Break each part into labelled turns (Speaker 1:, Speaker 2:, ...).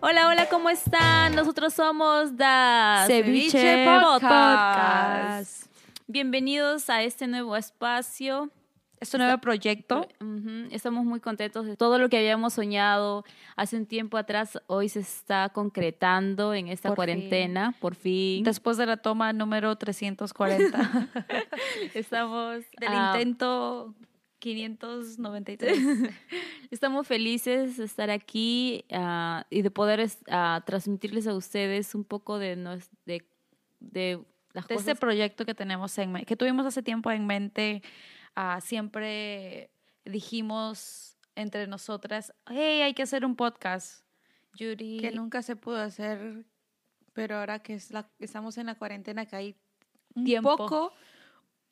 Speaker 1: Hola, hola, ¿cómo están? Nosotros somos Da
Speaker 2: Ceviche Podcast.
Speaker 1: Bienvenidos a este nuevo espacio.
Speaker 2: Este nuevo proyecto.
Speaker 1: Ujú, Estamos muy contentos de todo lo que habíamos soñado hace un tiempo atrás. Hoy se está concretando en esta
Speaker 2: Por
Speaker 1: cuarentena, por fin.
Speaker 2: Después de la toma número 340.
Speaker 1: Estamos
Speaker 2: del
Speaker 1: ah,
Speaker 2: intento 593.
Speaker 1: Estamos felices de estar aquí ah, y de poder es- ah, transmitirles a ustedes un poco de, nos- de, de las
Speaker 2: De este
Speaker 1: cosas.
Speaker 2: proyecto que tenemos en men- que tuvimos hace tiempo en mente, ah, siempre dijimos entre nosotras, hey, hay que hacer un podcast. Yuri.
Speaker 3: que nunca se pudo hacer, pero ahora que es la- estamos en la cuarentena, que hay un
Speaker 2: Tiempo.
Speaker 3: poco,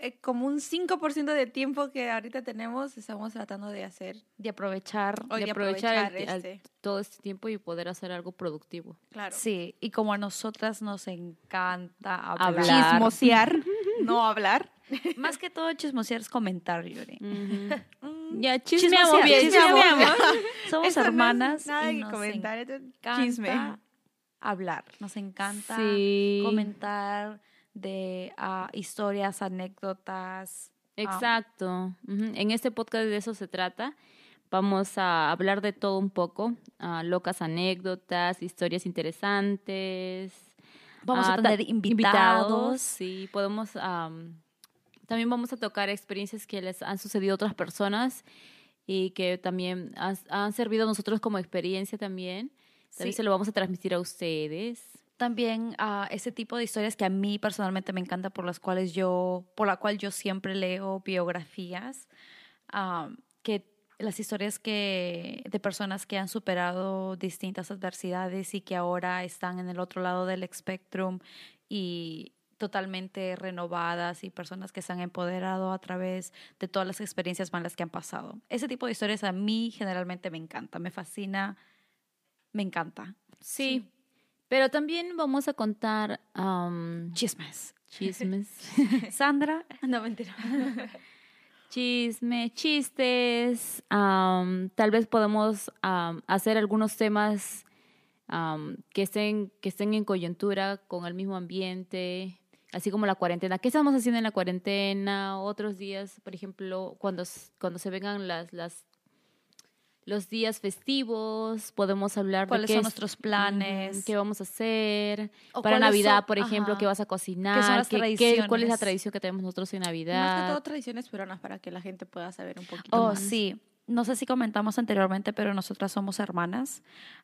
Speaker 3: eh, como un 5% de tiempo que ahorita tenemos, estamos tratando de hacer.
Speaker 2: de aprovechar.
Speaker 3: Hoy
Speaker 1: de
Speaker 3: de
Speaker 1: aprovechar,
Speaker 3: aprovechar
Speaker 1: el- al-
Speaker 3: este.
Speaker 1: todo este tiempo y poder hacer algo productivo.
Speaker 3: Claro.
Speaker 2: Sí, y como a nosotras nos encanta hablar.
Speaker 1: Hablar.
Speaker 3: Chismosear, no hablar.
Speaker 2: Más que todo chismosear es comentar, Yuri.
Speaker 3: Mm,
Speaker 1: ya chismeamos
Speaker 2: Chismoseamos,
Speaker 1: bien,
Speaker 3: chismeamos.
Speaker 1: chismeamos.
Speaker 2: Somos
Speaker 3: Eso no es
Speaker 2: hermanas.
Speaker 3: nada
Speaker 2: y
Speaker 3: que
Speaker 2: nos
Speaker 3: comentar, esto es
Speaker 2: encanta
Speaker 3: chisme.
Speaker 2: hablar. Nos encanta
Speaker 1: Sí.
Speaker 2: comentar de ah, historias, anécdotas.
Speaker 1: Exacto. Ujú. En este podcast de eso se trata. Vamos a hablar de todo un poco, ah, locas anécdotas, historias interesantes.
Speaker 2: Vamos a
Speaker 1: Ah, ta-
Speaker 2: tener invitados.
Speaker 1: Sí, podemos. am, también vamos a tocar experiencias que les han sucedido a otras personas y que también has- han servido a nosotros como experiencia también. También
Speaker 2: Sí.
Speaker 1: se lo vamos a transmitir a ustedes.
Speaker 2: También ah, ese tipo de historias que a mí personalmente me encanta, por las cuales yo, por la cual yo siempre leo biografías, ah, que las historias que de personas que han superado distintas adversidades y que ahora están en el otro lado del espectrum y totalmente renovadas y personas que se han empoderado a través de todas las experiencias malas que han pasado. Ese tipo de historias a mí generalmente me encanta, me fascina, me encanta.
Speaker 1: Sí. Pero también vamos a contar am,
Speaker 2: Chismes.
Speaker 1: chismes.
Speaker 2: Sandra,
Speaker 3: No, mentira.
Speaker 1: Chisme, chistes. am, tal vez podemos am, hacer algunos temas am, que, estén, que estén en coyuntura con el mismo ambiente, así como la cuarentena. ¿Qué estamos haciendo en la cuarentena? Otros días, por ejemplo, cuando, s- cuando se vengan las, las, los días festivos, podemos hablar de
Speaker 2: ¿Cuáles
Speaker 1: qué
Speaker 2: son
Speaker 1: es-
Speaker 2: nuestros planes?
Speaker 1: Ujú, ¿Qué vamos a hacer?
Speaker 2: O
Speaker 1: Para
Speaker 2: cuáles
Speaker 1: Navidad,
Speaker 2: son-
Speaker 1: por ejemplo,
Speaker 2: ajá.
Speaker 1: ¿qué vas a cocinar?
Speaker 2: son las
Speaker 1: ¿Qué- qué- ¿Cuál es la
Speaker 2: tradiciones?
Speaker 1: tradición que tenemos nosotros en Navidad?
Speaker 3: Más que todo tradiciones peruanas para que la gente pueda saber un poquito
Speaker 2: Oh,
Speaker 3: más.
Speaker 2: sí. No sé si comentamos anteriormente, pero nosotras somos hermanas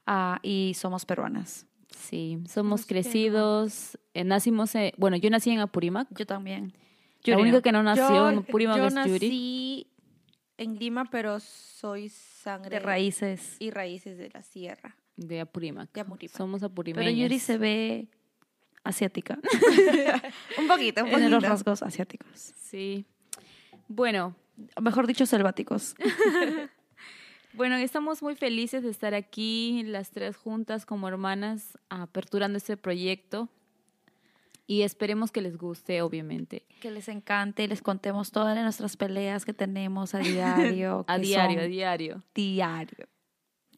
Speaker 2: ah, y somos peruanas.
Speaker 1: Sí, somos
Speaker 3: Somos
Speaker 1: crecidos, eh, nacimos, eh, bueno, yo nací en Apurímac,
Speaker 2: Yo también.
Speaker 1: la
Speaker 2: Yuri
Speaker 1: única
Speaker 2: no.
Speaker 1: que no nació
Speaker 3: Yo-
Speaker 1: en Apurímac
Speaker 3: yo
Speaker 1: es Yuri.
Speaker 3: nací en Lima, pero soy sangre
Speaker 2: De raíces.
Speaker 3: y raíces de la sierra.
Speaker 1: De Apurímac.
Speaker 3: De Apurímac.
Speaker 1: Somos
Speaker 2: Pero
Speaker 1: apurimeños.
Speaker 2: Yuri se ve asiática.
Speaker 3: Un poquito, un
Speaker 2: Tiene los
Speaker 3: poquito.
Speaker 2: rasgos asiáticos.
Speaker 1: Sí. Bueno,
Speaker 2: Mejor dicho, selváticos.
Speaker 1: bueno, estamos muy felices de estar aquí, las tres juntas como hermanas, aperturando este proyecto. Y esperemos que les guste, obviamente.
Speaker 2: que les encante y les contemos todas nuestras peleas que tenemos a diario.
Speaker 1: A
Speaker 2: que
Speaker 1: diario, a
Speaker 2: son
Speaker 1: diario.
Speaker 2: diario.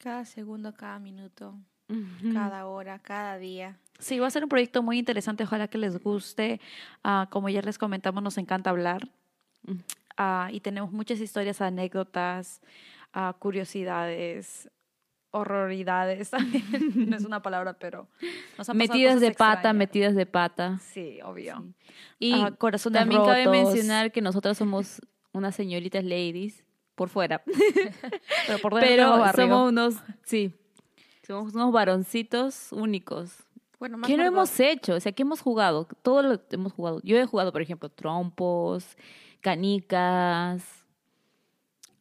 Speaker 3: Cada segundo, cada minuto,
Speaker 1: Mm.
Speaker 3: cada hora, cada día.
Speaker 2: Sí, va a ser un proyecto muy interesante, ojalá que les guste. Ah, como ya les comentamos, nos encanta hablar
Speaker 1: Mm.
Speaker 2: Ah, y tenemos muchas historias, anécdotas, ah, curiosidades, horroridades también. no es una palabra, pero nos han pasado
Speaker 1: Metidas
Speaker 2: cosas
Speaker 1: de pata,
Speaker 2: extrañas.
Speaker 1: metidas de pata.
Speaker 2: Sí, obvio.
Speaker 1: Y
Speaker 2: Ah, corazones
Speaker 1: también cabe
Speaker 2: rotos.
Speaker 1: mencionar que nosotras somos unas señoritas ladies por fuera,
Speaker 2: Pero por dentro
Speaker 1: pero
Speaker 2: barrio.
Speaker 1: somos unos, sí, somos unos varoncitos únicos.
Speaker 3: Bueno, más
Speaker 1: ¿Qué no
Speaker 3: Margot.
Speaker 1: hemos hecho? O sea, ¿qué hemos jugado? Todo lo que hemos jugado. Yo he jugado, por ejemplo, trompos, canicas,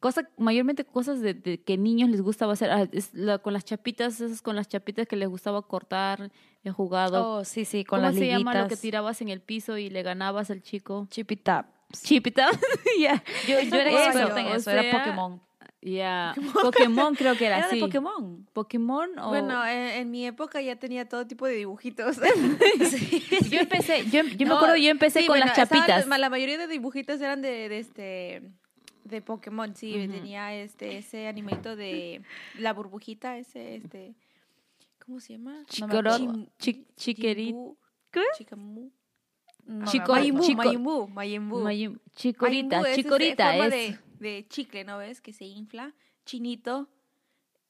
Speaker 1: cosas, mayormente cosas de, de que niños les gustaba hacer. Ah, es la- con las chapitas, esas con las chapitas que les gustaba cortar, he jugado.
Speaker 2: Oh, sí, sí, con
Speaker 1: ¿Cómo
Speaker 2: las
Speaker 1: se
Speaker 2: liguitas.
Speaker 1: llama lo que tirabas en el piso y le ganabas al chico?
Speaker 2: Chip it up.
Speaker 1: Chipita. ya.
Speaker 2: Yo, yo era
Speaker 3: Eso,
Speaker 2: experta en
Speaker 1: o
Speaker 2: eso,
Speaker 1: sea,
Speaker 2: era Pokémon.
Speaker 1: Ya. Pokémon. creo que era,
Speaker 2: Era
Speaker 1: así.
Speaker 2: de Pokémon.
Speaker 1: Pokémon o
Speaker 3: Bueno, en, en mi época ya tenía todo tipo de dibujitos.
Speaker 1: yo empecé, yo, em, yo me
Speaker 3: No,
Speaker 1: acuerdo, yo empecé
Speaker 3: sí,
Speaker 1: con
Speaker 3: bueno,
Speaker 1: las
Speaker 3: estaban-
Speaker 1: chapitas.
Speaker 3: ma- la mayoría de dibujitos eran de, de este de Pokémon, sí, tenía este ese animalito de la burbujita, ese este ¿Cómo se llama?
Speaker 1: Chicorot,
Speaker 3: Chim-
Speaker 1: chi- chiquerit,
Speaker 3: Chimbú,
Speaker 1: ¿Qué?
Speaker 3: Chicamú.
Speaker 2: Mm, No me
Speaker 1: Chico-
Speaker 2: acuerdo.
Speaker 1: Maimú. Chico-
Speaker 3: Mayimbu, Mayimbu.
Speaker 1: mayim- chicorita,
Speaker 3: Mayimbu es ese-
Speaker 1: chicorita
Speaker 3: forma
Speaker 1: es.
Speaker 3: De, de chicle, ¿no ves? Que se infla. Chinito.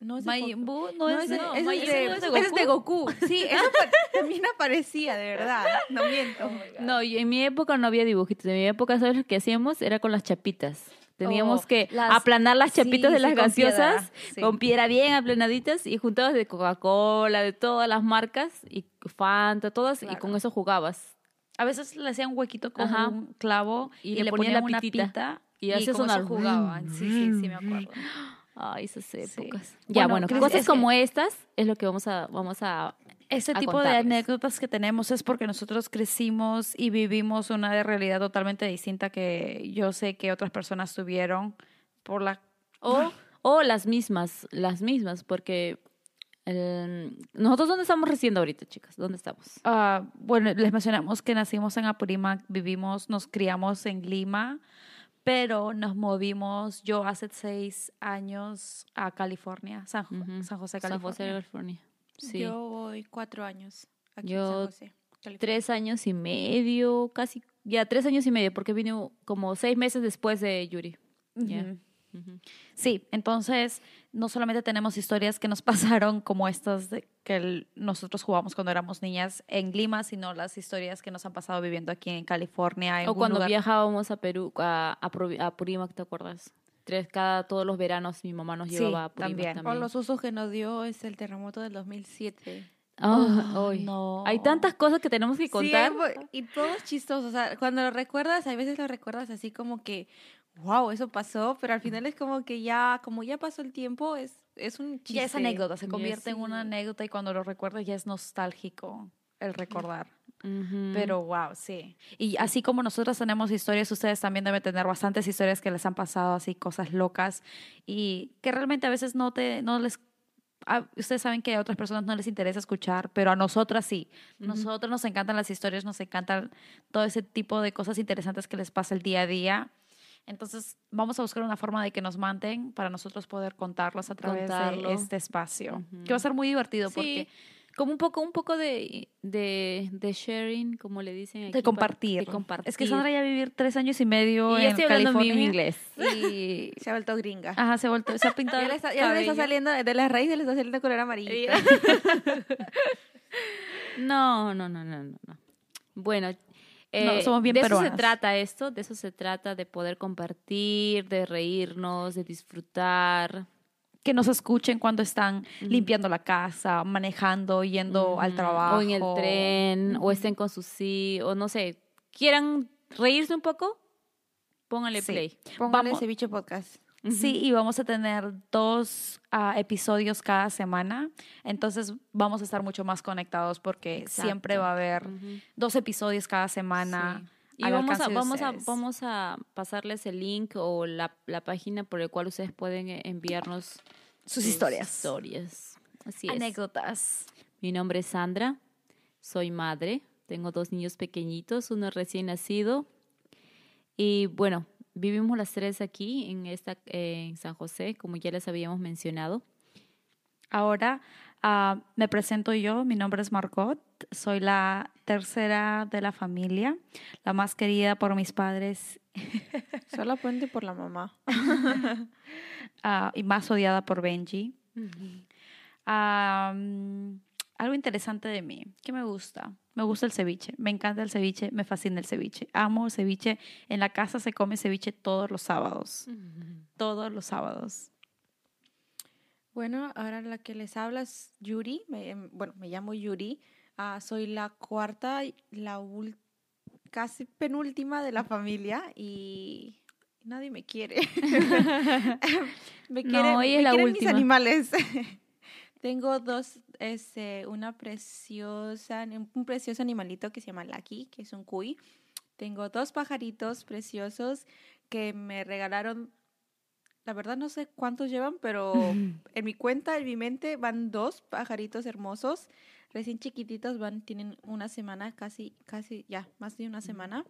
Speaker 3: No es de Goku.
Speaker 2: Mayimbu no,
Speaker 3: No,
Speaker 2: es,
Speaker 3: ese-
Speaker 2: no,
Speaker 3: ese
Speaker 2: Mayimbu
Speaker 3: es de- ese es de Goku. Sí, eso pa- también aparecía, de verdad. No miento.
Speaker 1: No, y en mi época no había dibujitos. En mi época, ¿sabes lo que hacíamos? Era con las chapitas. Teníamos
Speaker 2: Oh,
Speaker 1: que
Speaker 2: las-
Speaker 1: aplanar las chapitas
Speaker 2: sí,
Speaker 1: de las
Speaker 2: sí, con
Speaker 1: gaseosas
Speaker 2: piedra, sí.
Speaker 1: con piedra bien aplanaditas y juntabas de Coca-Cola, de todas las marcas y Fanta, todas, y
Speaker 2: Claro.
Speaker 1: con eso jugabas.
Speaker 2: A veces le hacían un huequito con
Speaker 1: Ajá.
Speaker 2: un clavo
Speaker 1: Y
Speaker 2: y,
Speaker 1: le
Speaker 2: le,
Speaker 1: ponían
Speaker 2: ponían,
Speaker 1: la
Speaker 2: una
Speaker 1: pitita.
Speaker 2: pitita.
Speaker 1: Y hacía
Speaker 2: con eso
Speaker 1: sonar.
Speaker 2: jugaban. Sí, sí, sí, me acuerdo.
Speaker 1: Ay, esas épocas. Ya,
Speaker 2: Bueno,
Speaker 1: bueno,
Speaker 2: Cris,
Speaker 1: cosas
Speaker 2: es que-
Speaker 1: como estas es lo que vamos a, vamos a
Speaker 2: Ese
Speaker 1: a
Speaker 2: tipo
Speaker 1: contarles.
Speaker 2: de anécdotas que tenemos es porque nosotros crecimos y vivimos una realidad totalmente distinta que yo sé que otras personas tuvieron por la...
Speaker 1: O, o las mismas, las mismas, porque eh, nosotros dónde estamos recién ahorita, chicas, dónde estamos.
Speaker 2: Ah, bueno, les mencionamos que nacimos en Apurímac, vivimos, nos criamos en Lima, pero nos movimos yo hace seis años a California, San, Jo-
Speaker 1: Ujú.
Speaker 2: San José,
Speaker 1: San
Speaker 2: California.
Speaker 1: José, California. Sí.
Speaker 3: Yo voy cuatro años aquí
Speaker 1: Yo
Speaker 3: en San José. California.
Speaker 1: Tres años y medio, casi, ya tres años y medio, porque vine como seis meses después de Yuri. Ya.
Speaker 2: Ujú.
Speaker 1: Ujú.
Speaker 2: Sí, entonces no solamente tenemos historias que nos pasaron como estas de que el- nosotros jugamos cuando éramos niñas en Lima, sino las historias que nos han pasado viviendo aquí en California. En
Speaker 1: O
Speaker 2: un
Speaker 1: cuando
Speaker 2: lugar-
Speaker 1: viajábamos a Perú, a, a, Provi- a Purímac, ¿te acuerdas? Tres, cada, todos los veranos mi mamá nos
Speaker 2: Sí,
Speaker 1: llevaba a Purímac
Speaker 2: también.
Speaker 1: también.
Speaker 3: Por los usos que nos dio es el terremoto del 2007.
Speaker 1: Ah,
Speaker 2: Oh,
Speaker 1: ay.
Speaker 2: no.
Speaker 1: Hay tantas cosas que tenemos que
Speaker 3: Sí,
Speaker 1: contar.
Speaker 3: hay po- y todo es chistoso. O sea, cuando lo recuerdas, a veces lo recuerdas así como que, wow, eso pasó, pero al final es como que ya, como ya pasó el tiempo, es, es un chiste.
Speaker 2: ya es anécdota, se
Speaker 1: Ya
Speaker 2: convierte en una
Speaker 1: sí.
Speaker 2: anécdota y cuando lo recuerdas ya es nostálgico el recordar.
Speaker 1: Ujú.
Speaker 2: Pero wow, sí. Y así como nosotros tenemos historias, ustedes también deben tener bastantes historias que les han pasado así cosas locas y que realmente a veces no te no les a- ustedes saben que a otras personas no les interesa escuchar, pero a nosotras sí. Nosotros nos encantan las historias, nos encantan todo ese tipo de cosas interesantes que les pasa el día a día. Entonces, vamos a buscar una forma de que nos manden para nosotros poder contarlos a través
Speaker 1: Contarlo.
Speaker 2: de este espacio, que
Speaker 1: Ujú.
Speaker 2: va a ser muy divertido porque
Speaker 1: Sí, como un poco, un poco de, de, de sharing, como le dicen aquí.
Speaker 2: de
Speaker 1: para-
Speaker 2: compartir.
Speaker 1: De compartir.
Speaker 2: Es que Sandra ya vivir tres años y medio
Speaker 1: Y yo
Speaker 2: en
Speaker 1: estoy hablando bien
Speaker 2: California.
Speaker 1: inglés.
Speaker 2: Y
Speaker 3: Se ha vuelto gringa.
Speaker 2: ajá, se, voltó, se ha pintado.
Speaker 3: ya
Speaker 2: el
Speaker 3: le está, ya le está
Speaker 2: Ah, cabello.
Speaker 3: saliendo, de las raíces le está saliendo color amarillo.
Speaker 1: No, no, no, no, no. no. Bueno, eh,
Speaker 2: somos bien
Speaker 1: de eso se
Speaker 2: peruanas.
Speaker 1: trata esto, de eso se trata, de poder compartir, de reírnos, de disfrutar.
Speaker 2: Que nos escuchen cuando están limpiando la casa, manejando, yendo al
Speaker 1: Ujú.
Speaker 2: trabajo.
Speaker 1: O en el tren, o estén con sus sí, o no sé, quieran reírse un poco, pónganle
Speaker 2: Sí.
Speaker 1: play.
Speaker 3: Póngale
Speaker 2: Vamos-
Speaker 3: ese bicho podcast.
Speaker 2: Sí, y vamos a tener dos ah, episodios cada semana. Entonces vamos a estar mucho más conectados porque siempre
Speaker 1: Exacto.
Speaker 2: va a haber
Speaker 1: Ujú.
Speaker 2: dos episodios cada semana.
Speaker 1: Y
Speaker 2: al
Speaker 1: vamos a,
Speaker 2: alcance de
Speaker 1: vamos, a,
Speaker 2: ustedes.
Speaker 1: vamos a pasarles el link o la, la página por la cual ustedes pueden eh, enviarnos
Speaker 2: sus historias,
Speaker 1: historias. Así es.
Speaker 2: anécdotas.
Speaker 1: Mi nombre es Sandra, soy madre, tengo dos niños pequeñitos, uno recién nacido. Y bueno, vivimos las tres aquí en, esta, eh, en San José, como ya les habíamos mencionado.
Speaker 2: Ahora ah, me presento yo, mi nombre es Margot, soy la tercera de la familia, la más querida por mis padres
Speaker 3: Solo puente por la mamá.
Speaker 2: ah, y más odiada por Benji. Ah, mm, algo interesante de mí, que me gusta, me gusta el ceviche, me encanta el ceviche, me fascina el ceviche, amo el ceviche, en la casa se come ceviche todos los sábados, todos los sábados.
Speaker 3: Bueno, ahora la que les habla es Yuri. Me- em, bueno, me llamo Yuri. Ah, soy la cuarta, y la ul- casi penúltima de la familia y nadie me quiere. me
Speaker 1: No,
Speaker 3: quieren,
Speaker 1: ella
Speaker 3: me
Speaker 1: es la
Speaker 3: quieren
Speaker 1: última.
Speaker 3: mis animales. Tengo dos, este, una preciosa, un precioso animalito que se llama Lucky, que es un cuy. Tengo dos pajaritos preciosos que me regalaron. La verdad no sé cuántos llevan, pero en mi cuenta, en mi mente, van dos pajaritos hermosos. Recién chiquititos van, tienen una semana, casi, casi, ya, más de una semana.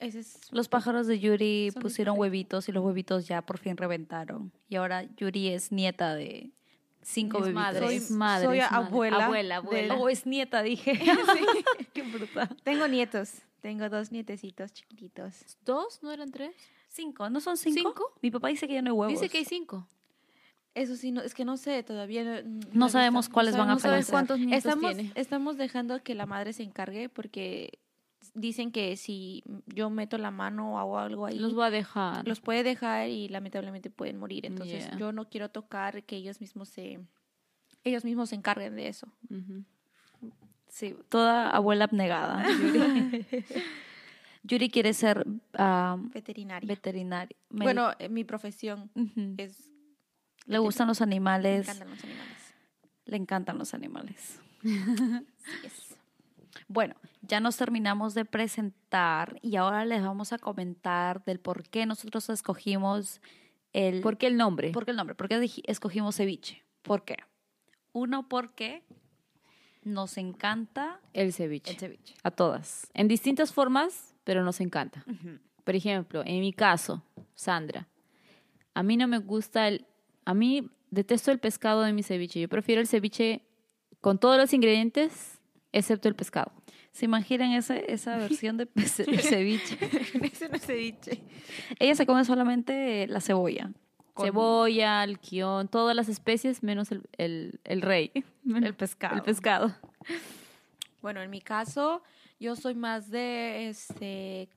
Speaker 3: Ese es
Speaker 2: Los pájaros de Yuri
Speaker 3: Son mis
Speaker 2: pusieron
Speaker 3: favoritos.
Speaker 2: huevitos y los huevitos ya por fin reventaron. Y ahora Yuri es nieta de cinco
Speaker 1: Es
Speaker 2: bebitos.
Speaker 1: madre,
Speaker 3: Soy-
Speaker 1: es madre.
Speaker 3: soy
Speaker 1: es madre.
Speaker 3: abuela
Speaker 1: Abuela,
Speaker 3: del-
Speaker 1: abuela.
Speaker 2: Oh, es nieta, dije. Qué brutal.
Speaker 3: Tengo nietos. Tengo dos nietecitos chiquititos.
Speaker 1: ¿Dos? ¿No eran tres?
Speaker 2: Cinco, ¿no son cinco?
Speaker 1: ¿Cinco?
Speaker 2: Mi papá dice que ya no hay huevos.
Speaker 1: Dice que hay cinco.
Speaker 3: Eso sí, no, es que no sé, todavía no,
Speaker 2: No sabemos cuáles van a
Speaker 3: no sabemos
Speaker 2: fallecer.
Speaker 1: cuántos nietos
Speaker 3: estamos,
Speaker 1: tiene.
Speaker 3: Estamos dejando que la madre se encargue porque dicen que si yo meto la mano o hago algo ahí,
Speaker 1: Los
Speaker 3: los,
Speaker 1: voy a dejar.
Speaker 3: puede dejar y lamentablemente pueden morir. Entonces
Speaker 1: Yeah.
Speaker 3: yo no quiero tocar que ellos mismos se ellos mismos se encarguen de eso.
Speaker 1: Ujú.
Speaker 2: Sí, toda abuela abnegada. Yuri. Yuri quiere ser ah,
Speaker 3: Veterinaria.
Speaker 2: veterinaria. Medi-
Speaker 3: bueno, eh, mi profesión
Speaker 2: Ujú.
Speaker 3: es
Speaker 2: le gustan los
Speaker 3: me
Speaker 2: animales,
Speaker 3: encantan los animales.
Speaker 2: le encantan los animales.
Speaker 3: Así es.
Speaker 2: Bueno, ya nos terminamos de presentar y ahora les vamos a comentar del por qué nosotros escogimos el...
Speaker 1: ¿Por qué el nombre?
Speaker 2: ¿Por qué el nombre? ¿Por qué dij- escogimos ceviche? ¿Por qué? Uno, porque nos encanta
Speaker 1: El ceviche.
Speaker 2: el ceviche.
Speaker 1: A todas. En distintas formas, pero nos encanta. Por ejemplo, en mi caso, Sandra, a mí no me gusta el... A mí detesto el pescado de mi ceviche. Yo prefiero el ceviche con todos los ingredientes, excepto el pescado.
Speaker 2: ¿Se imaginan ese- esa versión de pe- de ceviche?
Speaker 3: Ese no es ceviche.
Speaker 2: Ella se come solamente la cebolla. con
Speaker 1: Cebolla, el quión, todas las especies, menos el, el- el rey.
Speaker 2: El pescado.
Speaker 1: El pescado.
Speaker 3: Bueno, en mi caso, yo soy más de, este,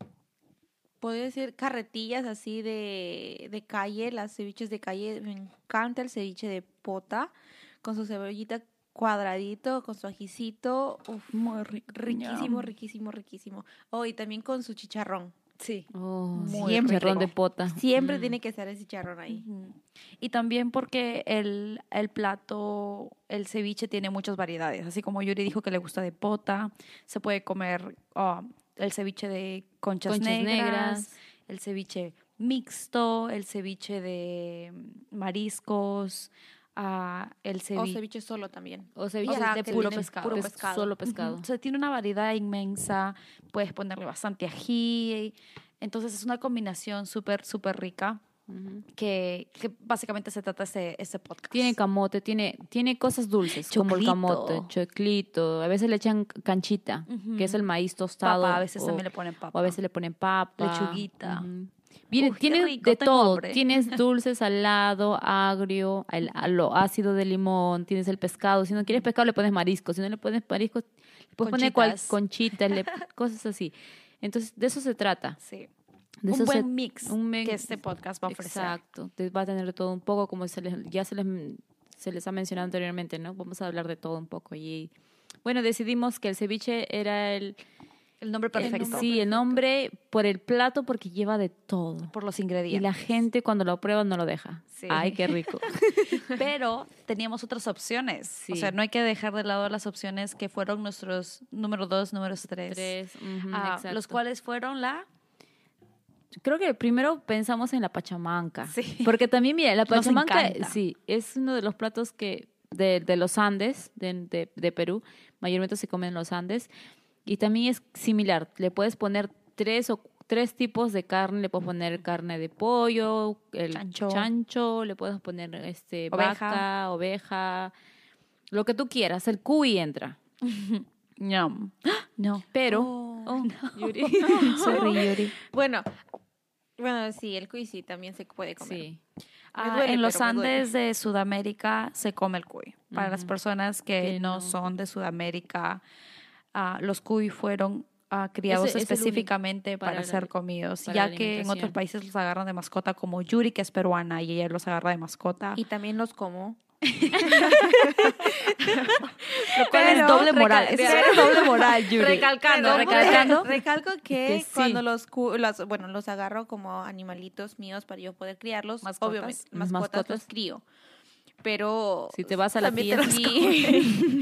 Speaker 3: puedo decir, carretillas así de, de calle, las ceviches de calle. Me encanta el ceviche de pota, con su cebollita cuadradito, con su ajicito. Uf,
Speaker 2: Muy rico.
Speaker 3: riquísimo, riquísimo, riquísimo. Oh, y también con su chicharrón.
Speaker 2: Sí.
Speaker 1: Oh,
Speaker 2: Muy
Speaker 1: el chicharrón
Speaker 2: rico.
Speaker 1: de pota. Mm.
Speaker 3: Siempre tiene que estar el chicharrón ahí.
Speaker 2: Ujú. Y también porque el, el plato, el ceviche tiene muchas variedades. Así como Yuri dijo que le gusta de pota, se puede comer ah, el ceviche de conchas,
Speaker 1: Conchas
Speaker 2: negras,
Speaker 1: negras.
Speaker 2: el ceviche mixto, el ceviche de mariscos, ah, el
Speaker 3: O
Speaker 2: ceviche...
Speaker 3: ceviche solo también.
Speaker 1: O ceviche
Speaker 3: O sea,
Speaker 1: de
Speaker 3: que
Speaker 1: puro
Speaker 3: tiene
Speaker 1: pescado.
Speaker 3: puro
Speaker 1: Pes-
Speaker 3: pescado.
Speaker 1: Solo
Speaker 2: Ujú.
Speaker 1: pescado.
Speaker 2: O sea, tiene una variedad inmensa, puedes ponerle bastante ají. Entonces es una combinación súper, súper rica
Speaker 1: Ujú.
Speaker 2: que, que básicamente se trata este, este podcast.
Speaker 1: Tiene camote, tiene, tiene cosas dulces, como el camote,
Speaker 2: Choclito.
Speaker 1: choclito. A veces le echan canchita, que es el maíz tostado.
Speaker 2: papa, a veces
Speaker 1: o,
Speaker 2: también le ponen
Speaker 1: o
Speaker 2: papa.
Speaker 1: a veces le ponen papa.
Speaker 2: Lechuguita.
Speaker 1: Ujú. Viene-
Speaker 2: Uf, qué
Speaker 1: tiene
Speaker 2: rico,
Speaker 1: de
Speaker 2: tengo
Speaker 1: todo.
Speaker 2: hambre.
Speaker 1: Tienes dulce, salado, agrio, el, a lo ácido de limón, tienes el pescado. Si no quieres pescado, le pones marisco. Si no le pones marisco, le puedes poner cual-
Speaker 2: Conchitas.
Speaker 1: conchitas, le- cosas así. Entonces, de eso se trata.
Speaker 2: Sí.
Speaker 1: De
Speaker 2: un
Speaker 1: eso se-
Speaker 2: buen mix
Speaker 1: un men-
Speaker 2: que este podcast va a ofrecer.
Speaker 1: Exacto, te va a tener de todo un poco, como se les- ya se les, se les ha mencionado anteriormente, ¿no? Vamos a hablar de todo un poco. Y bueno, decidimos que el ceviche era el,
Speaker 2: El nombre perfecto.
Speaker 1: el- sí, el nombre por el plato porque lleva de todo.
Speaker 2: Por los
Speaker 1: Y
Speaker 2: ingredientes.
Speaker 1: la gente cuando lo prueba no lo deja.
Speaker 2: Sí.
Speaker 1: Ay, qué rico.
Speaker 2: Pero teníamos otras opciones. O
Speaker 1: Sí.
Speaker 2: sea, no hay que dejar de lado las opciones que fueron nuestros número dos, números tres.
Speaker 1: Tres, ujú,
Speaker 2: Ah,
Speaker 1: exacto.
Speaker 2: los cuales fueron la...
Speaker 1: Creo que primero pensamos en la pachamanca.
Speaker 2: Sí.
Speaker 1: Porque también, mira, la
Speaker 2: Nos
Speaker 1: pachamanca,
Speaker 2: encanta.
Speaker 1: sí, es uno de los platos que de, de los Andes, de, de- de Perú, mayormente se comen en los Andes. Y también es similar, le puedes poner tres o tres tipos de carne, le puedes poner carne de pollo, el
Speaker 2: Chancho.
Speaker 1: chancho, le puedes poner este
Speaker 2: Oveja.
Speaker 1: vaca, oveja, lo que tú quieras, el cuy entra.
Speaker 2: No. No.
Speaker 1: Pero
Speaker 3: Oh,
Speaker 1: Oh, Yuri.
Speaker 2: Sorry, Yuri.
Speaker 3: Bueno, bueno, sí, el cuy sí también se puede comer.
Speaker 1: sí.
Speaker 2: Ah,
Speaker 3: duele,
Speaker 2: en los
Speaker 3: pero me duele.
Speaker 2: Andes de Sudamérica se come el cuy. Para las
Speaker 1: Ujú.
Speaker 2: personas que
Speaker 1: Que
Speaker 2: no,
Speaker 1: no.
Speaker 2: son de Sudamérica, ah, los cuy fueron ah, criados
Speaker 1: Ese es el único
Speaker 2: específicamente para,
Speaker 1: para la-
Speaker 2: ser comidos,
Speaker 1: para
Speaker 2: ya
Speaker 1: la
Speaker 2: que en otros
Speaker 1: alimentación.
Speaker 2: países los agarran de mascota, como Yuri, que es peruana, y ella los agarra de mascota.
Speaker 3: Y también los como.
Speaker 2: lo cual es doble moral.
Speaker 3: recal-
Speaker 2: Eso es doble moral, Yuri.
Speaker 3: Perdón, porque
Speaker 2: recalcando.
Speaker 3: Recalco que,
Speaker 1: Que sí.
Speaker 3: cuando los, cu- las- bueno, los agarro como animalitos míos para yo poder criarlos,
Speaker 2: Mascotas.
Speaker 3: obviamente,
Speaker 1: Mis
Speaker 3: mascotas, los
Speaker 1: mascotas.
Speaker 3: crío. Pero
Speaker 1: Si te vas a la
Speaker 3: también
Speaker 1: tía,
Speaker 3: te los
Speaker 1: sí.
Speaker 3: comes. Por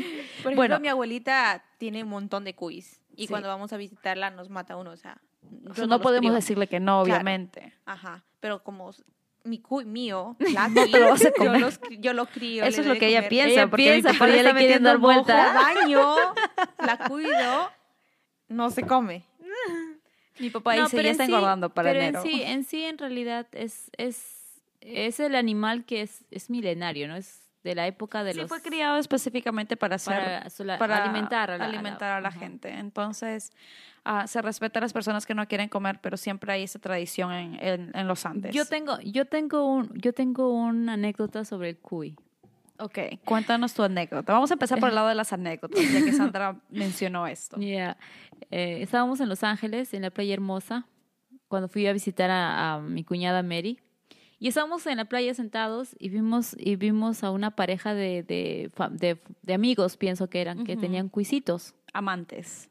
Speaker 3: ejemplo,
Speaker 2: Bueno.
Speaker 3: mi abuelita tiene un montón de cuis y
Speaker 2: Sí.
Speaker 3: cuando vamos a visitarla nos mata uno, o sea, yo
Speaker 2: O sea,
Speaker 3: no
Speaker 2: no,
Speaker 3: los
Speaker 2: podemos
Speaker 3: crío.
Speaker 2: decirle que no,
Speaker 3: Claro.
Speaker 2: obviamente.
Speaker 3: Ajá, pero como s- mi cuy mío, Lucky,
Speaker 2: te lo vas a comer.
Speaker 3: Yo, los cri- yo lo crío.
Speaker 2: Eso
Speaker 3: le
Speaker 2: es
Speaker 3: doy
Speaker 2: lo
Speaker 3: de
Speaker 2: que ella
Speaker 3: comer.
Speaker 2: piensa,
Speaker 1: Ella
Speaker 2: porque mi
Speaker 1: piensa,
Speaker 2: papá
Speaker 1: pero
Speaker 2: le
Speaker 1: ella
Speaker 2: está
Speaker 1: le quieren
Speaker 2: metiendo
Speaker 1: dar
Speaker 2: un ojo.
Speaker 1: vuelta.
Speaker 3: La baño, la cuido, no se come.
Speaker 2: Mi papá
Speaker 1: No,
Speaker 2: dice,
Speaker 1: pero
Speaker 2: ya
Speaker 1: en
Speaker 2: está
Speaker 1: sí-
Speaker 2: engordando para
Speaker 1: pero
Speaker 2: enero.
Speaker 1: En sí, en sí, en realidad, es, es, es el animal que es, es milenario, ¿no? Es de la época de
Speaker 2: sí,
Speaker 1: los...
Speaker 2: fue criado específicamente para hacer,
Speaker 1: para, sola- alimentar a la, a la-
Speaker 2: alimentar a la
Speaker 1: ajá.
Speaker 2: gente. Entonces, ah, se respeta a las personas que no quieren comer, pero siempre hay esa tradición en, en- en los Andes.
Speaker 1: Yo tengo, yo tengo un, yo tengo una anécdota sobre el cuy.
Speaker 2: Ok, cuéntanos tu anécdota. Vamos a empezar por el lado de las anécdotas, ya que Sandra mencionó esto.
Speaker 1: Ya. Eh, estábamos en Los Ángeles, en la playa hermosa, cuando fui a visitar a, a mi cuñada Mary. Y estábamos en la playa sentados y vimos, y vimos a una pareja de, de, fa- de- de amigos, pienso que eran, que
Speaker 2: Ujú.
Speaker 1: tenían cuisitos.
Speaker 2: Amantes.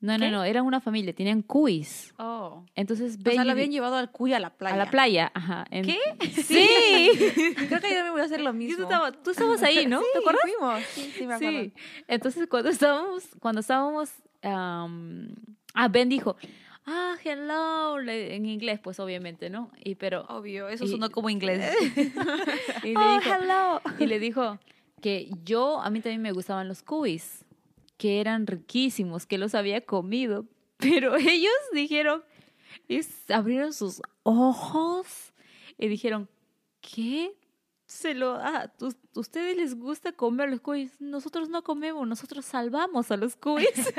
Speaker 1: No, no,
Speaker 2: ¿Qué?
Speaker 1: no, eran una familia, tenían cuis.
Speaker 2: Oh.
Speaker 1: Entonces,
Speaker 3: O sea,
Speaker 1: Benji-
Speaker 3: la habían llevado al cuy a la playa.
Speaker 1: a la playa. Ajá. En-
Speaker 2: ¿Qué?
Speaker 1: Sí.
Speaker 3: Creo que yo también voy a hacer lo mismo.
Speaker 1: Tú estabas, tú estabas ahí, ¿no? ¿Te acuerdas?
Speaker 3: Fuimos. Sí, sí, me acuerdo.
Speaker 1: Sí. Entonces cuando estábamos, cuando estábamos, am, ah, Ben dijo, ah, hello, le- en inglés, pues obviamente, ¿no? Y pero
Speaker 2: Obvio, eso
Speaker 1: Y-
Speaker 2: sonó como inglés.
Speaker 1: y le
Speaker 2: oh,
Speaker 1: dijo,
Speaker 2: hello.
Speaker 1: y le dijo que yo a mí también me gustaban los cubis, que eran riquísimos, que los había comido, pero ellos dijeron, es- abrieron sus ojos y dijeron, ¿qué? Se lo, ah, ¿tus- ustedes les gusta comer los cubis, nosotros no comemos, nosotros salvamos a los cubis.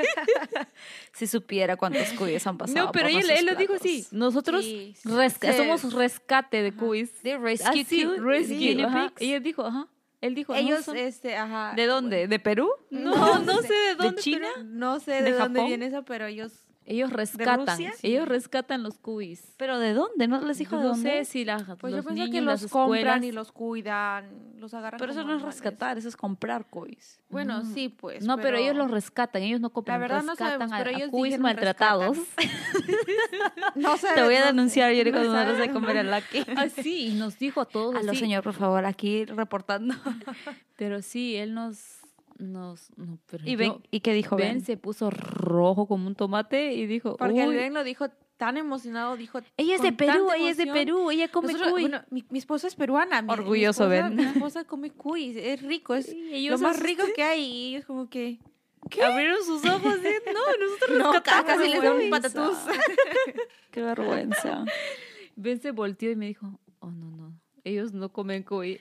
Speaker 2: Si supiera cuántos cuyes han pasado.
Speaker 1: no, pero
Speaker 2: por
Speaker 1: él,
Speaker 2: nuestros
Speaker 1: él lo dijo así,
Speaker 2: platos.
Speaker 1: nosotros
Speaker 3: Sí,
Speaker 1: resca-
Speaker 3: se-
Speaker 1: somos rescate de cubis.
Speaker 2: They rescue
Speaker 1: Así,
Speaker 2: cute
Speaker 1: rescue,
Speaker 2: guinea
Speaker 1: ajá.
Speaker 2: pigs.
Speaker 1: Y él dijo, ajá. Él dijo, no,
Speaker 3: Ellos,
Speaker 1: son-
Speaker 3: este, ajá.
Speaker 2: ¿De dónde? ¿De Perú?
Speaker 3: No,
Speaker 1: No,
Speaker 3: no
Speaker 1: no
Speaker 3: sé.
Speaker 1: sé de dónde.
Speaker 3: pero-
Speaker 1: pero
Speaker 2: China?
Speaker 3: No sé de,
Speaker 2: ¿De
Speaker 3: dónde
Speaker 2: Japón?
Speaker 3: viene eso, pero ellos.
Speaker 1: Ellos rescatan.
Speaker 3: Rusia?
Speaker 1: Ellos rescatan los cubis.
Speaker 2: ¿Pero de dónde? ¿No les dijo
Speaker 1: no
Speaker 2: de dónde?
Speaker 1: sé si las,
Speaker 3: Pues
Speaker 1: los
Speaker 3: yo pienso
Speaker 1: niños,
Speaker 3: que los
Speaker 1: las
Speaker 3: compran
Speaker 1: escuelas-
Speaker 3: y los cuidan, los agarran.
Speaker 2: Pero eso
Speaker 3: como
Speaker 2: no es
Speaker 3: animales.
Speaker 2: rescatar, eso es comprar cuyes.
Speaker 3: Bueno,
Speaker 1: Mm.
Speaker 3: sí, pues.
Speaker 1: No, pero, ellos los rescatan, ellos no compran,
Speaker 3: verdad no
Speaker 1: rescatan
Speaker 3: sabemos, pero
Speaker 1: a, a
Speaker 3: ellos
Speaker 1: cubis
Speaker 3: dijeron
Speaker 1: maltratados.
Speaker 3: No sé.
Speaker 2: Te voy a
Speaker 3: no sé.
Speaker 2: denunciar, yo
Speaker 3: No
Speaker 2: cuando no
Speaker 3: sabe.
Speaker 2: de comer el aquí.
Speaker 1: Así, y nos dijo a todos.
Speaker 2: Aló,
Speaker 1: así.
Speaker 2: señor, por favor, aquí reportando.
Speaker 1: Pero sí, él nos... nos no, pero
Speaker 2: ¿Y,
Speaker 1: yo-
Speaker 2: ben, ¿y qué dijo
Speaker 1: Ben
Speaker 2: Ben?
Speaker 1: se puso rojo como un tomate y dijo,
Speaker 3: Porque
Speaker 1: "Uy,
Speaker 3: el Ben lo dijo tan emocionado, dijo.
Speaker 1: ella es de
Speaker 3: con tanta
Speaker 1: Perú, ella es de
Speaker 3: emoción.
Speaker 1: Perú, ella come
Speaker 3: Nosotros-
Speaker 1: cuy.
Speaker 3: bueno, mi, mi esposa es peruana. mi- mi
Speaker 2: Orgulloso,
Speaker 3: esposa-
Speaker 2: Ben.
Speaker 3: Mi esposa come cuy, es rico, es
Speaker 1: Y
Speaker 3: lo
Speaker 1: ellos
Speaker 3: más
Speaker 1: así-
Speaker 3: rico que hay. Y ellos como que...
Speaker 1: abrieron sus ojos y no, nosotros
Speaker 3: No,
Speaker 1: rescatamos
Speaker 3: casi les da
Speaker 1: los
Speaker 3: un
Speaker 1: cubis".
Speaker 3: patatús.
Speaker 2: Ah, Qué vergüenza.
Speaker 1: Ben se volteó y me dijo, oh no, no, ellos no comen cuy.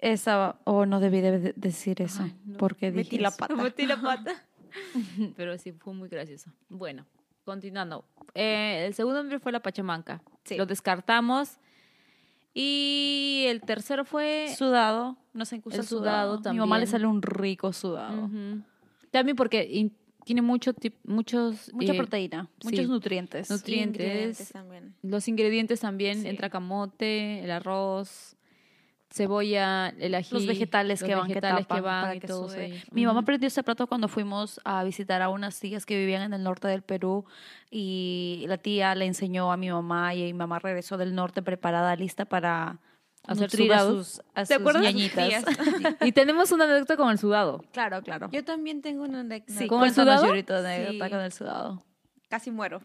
Speaker 2: Esa, oh, no debí de de- decir eso.
Speaker 1: Ay, no,
Speaker 2: Porque dije
Speaker 3: Metí la
Speaker 2: eso?
Speaker 3: pata.
Speaker 1: Metí la pata. Pero sí, fue muy gracioso. Bueno, continuando. Eh, el segundo nombre fue la Pachamanca.
Speaker 2: Sí.
Speaker 1: Lo descartamos. Y el tercero fue...
Speaker 2: Sudado, no se gusta
Speaker 1: El sudado
Speaker 2: Mi mamá le
Speaker 1: también.
Speaker 2: sale un rico sudado.
Speaker 1: Ujú. También porque in- tiene mucho tip- muchos...
Speaker 2: Mucha
Speaker 1: eh,
Speaker 2: proteína,
Speaker 1: sí.
Speaker 2: muchos nutrientes.
Speaker 1: Nutri- Nutrientes.
Speaker 3: Ingredientes también.
Speaker 1: Los ingredientes también.
Speaker 2: Sí.
Speaker 1: Entra camote, el arroz, cebolla, el ají.
Speaker 2: los vegetales
Speaker 1: los
Speaker 2: que van,
Speaker 1: vegetales
Speaker 2: que tapan,
Speaker 1: van
Speaker 2: para
Speaker 1: y
Speaker 2: que
Speaker 1: todo
Speaker 2: sude.
Speaker 1: eso.
Speaker 2: Mi mamá
Speaker 1: Ujú.
Speaker 2: aprendió ese plato cuando fuimos a visitar a unas tías que vivían en el norte del Perú y la tía le enseñó a mi mamá y mi mamá regresó del norte preparada, lista para
Speaker 1: Hacer
Speaker 2: nutrir a
Speaker 1: sudados.
Speaker 2: sus, a
Speaker 1: ¿Te
Speaker 2: sus
Speaker 1: acuerdas?
Speaker 2: ñañitas.
Speaker 1: Y tenemos una anécdota con el sudado.
Speaker 2: claro, claro.
Speaker 3: Yo también tengo una anécdota.
Speaker 2: Sí,
Speaker 1: ¿Con
Speaker 2: con
Speaker 1: el
Speaker 2: el
Speaker 1: sudado?
Speaker 3: Sí.
Speaker 2: con el sudado.
Speaker 3: Casi muero.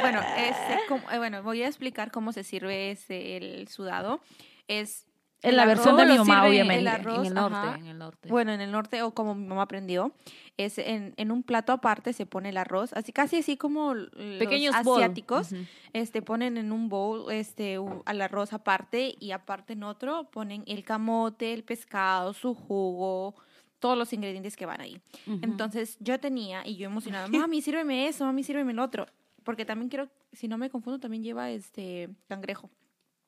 Speaker 3: bueno, este, como- eh, bueno, voy a explicar cómo se sirve ese, el sudado. Es
Speaker 2: En
Speaker 3: el
Speaker 2: la versión de
Speaker 3: arroz-
Speaker 2: mi
Speaker 1: lo
Speaker 2: mamá,
Speaker 1: sirven
Speaker 2: obviamente.
Speaker 3: el arroz,
Speaker 1: en el norte,
Speaker 3: ajá.
Speaker 1: en el norte.
Speaker 3: Bueno, en el norte, o como mi mamá aprendió, es en, en un plato aparte se pone el arroz, así casi así como l- los
Speaker 1: Pequeños bowl.
Speaker 3: asiáticos,
Speaker 1: Ujú.
Speaker 3: este, ponen en un bowl este, u- al arroz aparte y aparte en otro ponen el camote, el pescado, su jugo, todos los ingredientes que van ahí. Entonces yo tenía, y yo emocionada, mami, sírveme eso, mami, sírveme el otro, porque también quiero, si no me confundo, también lleva este cangrejo.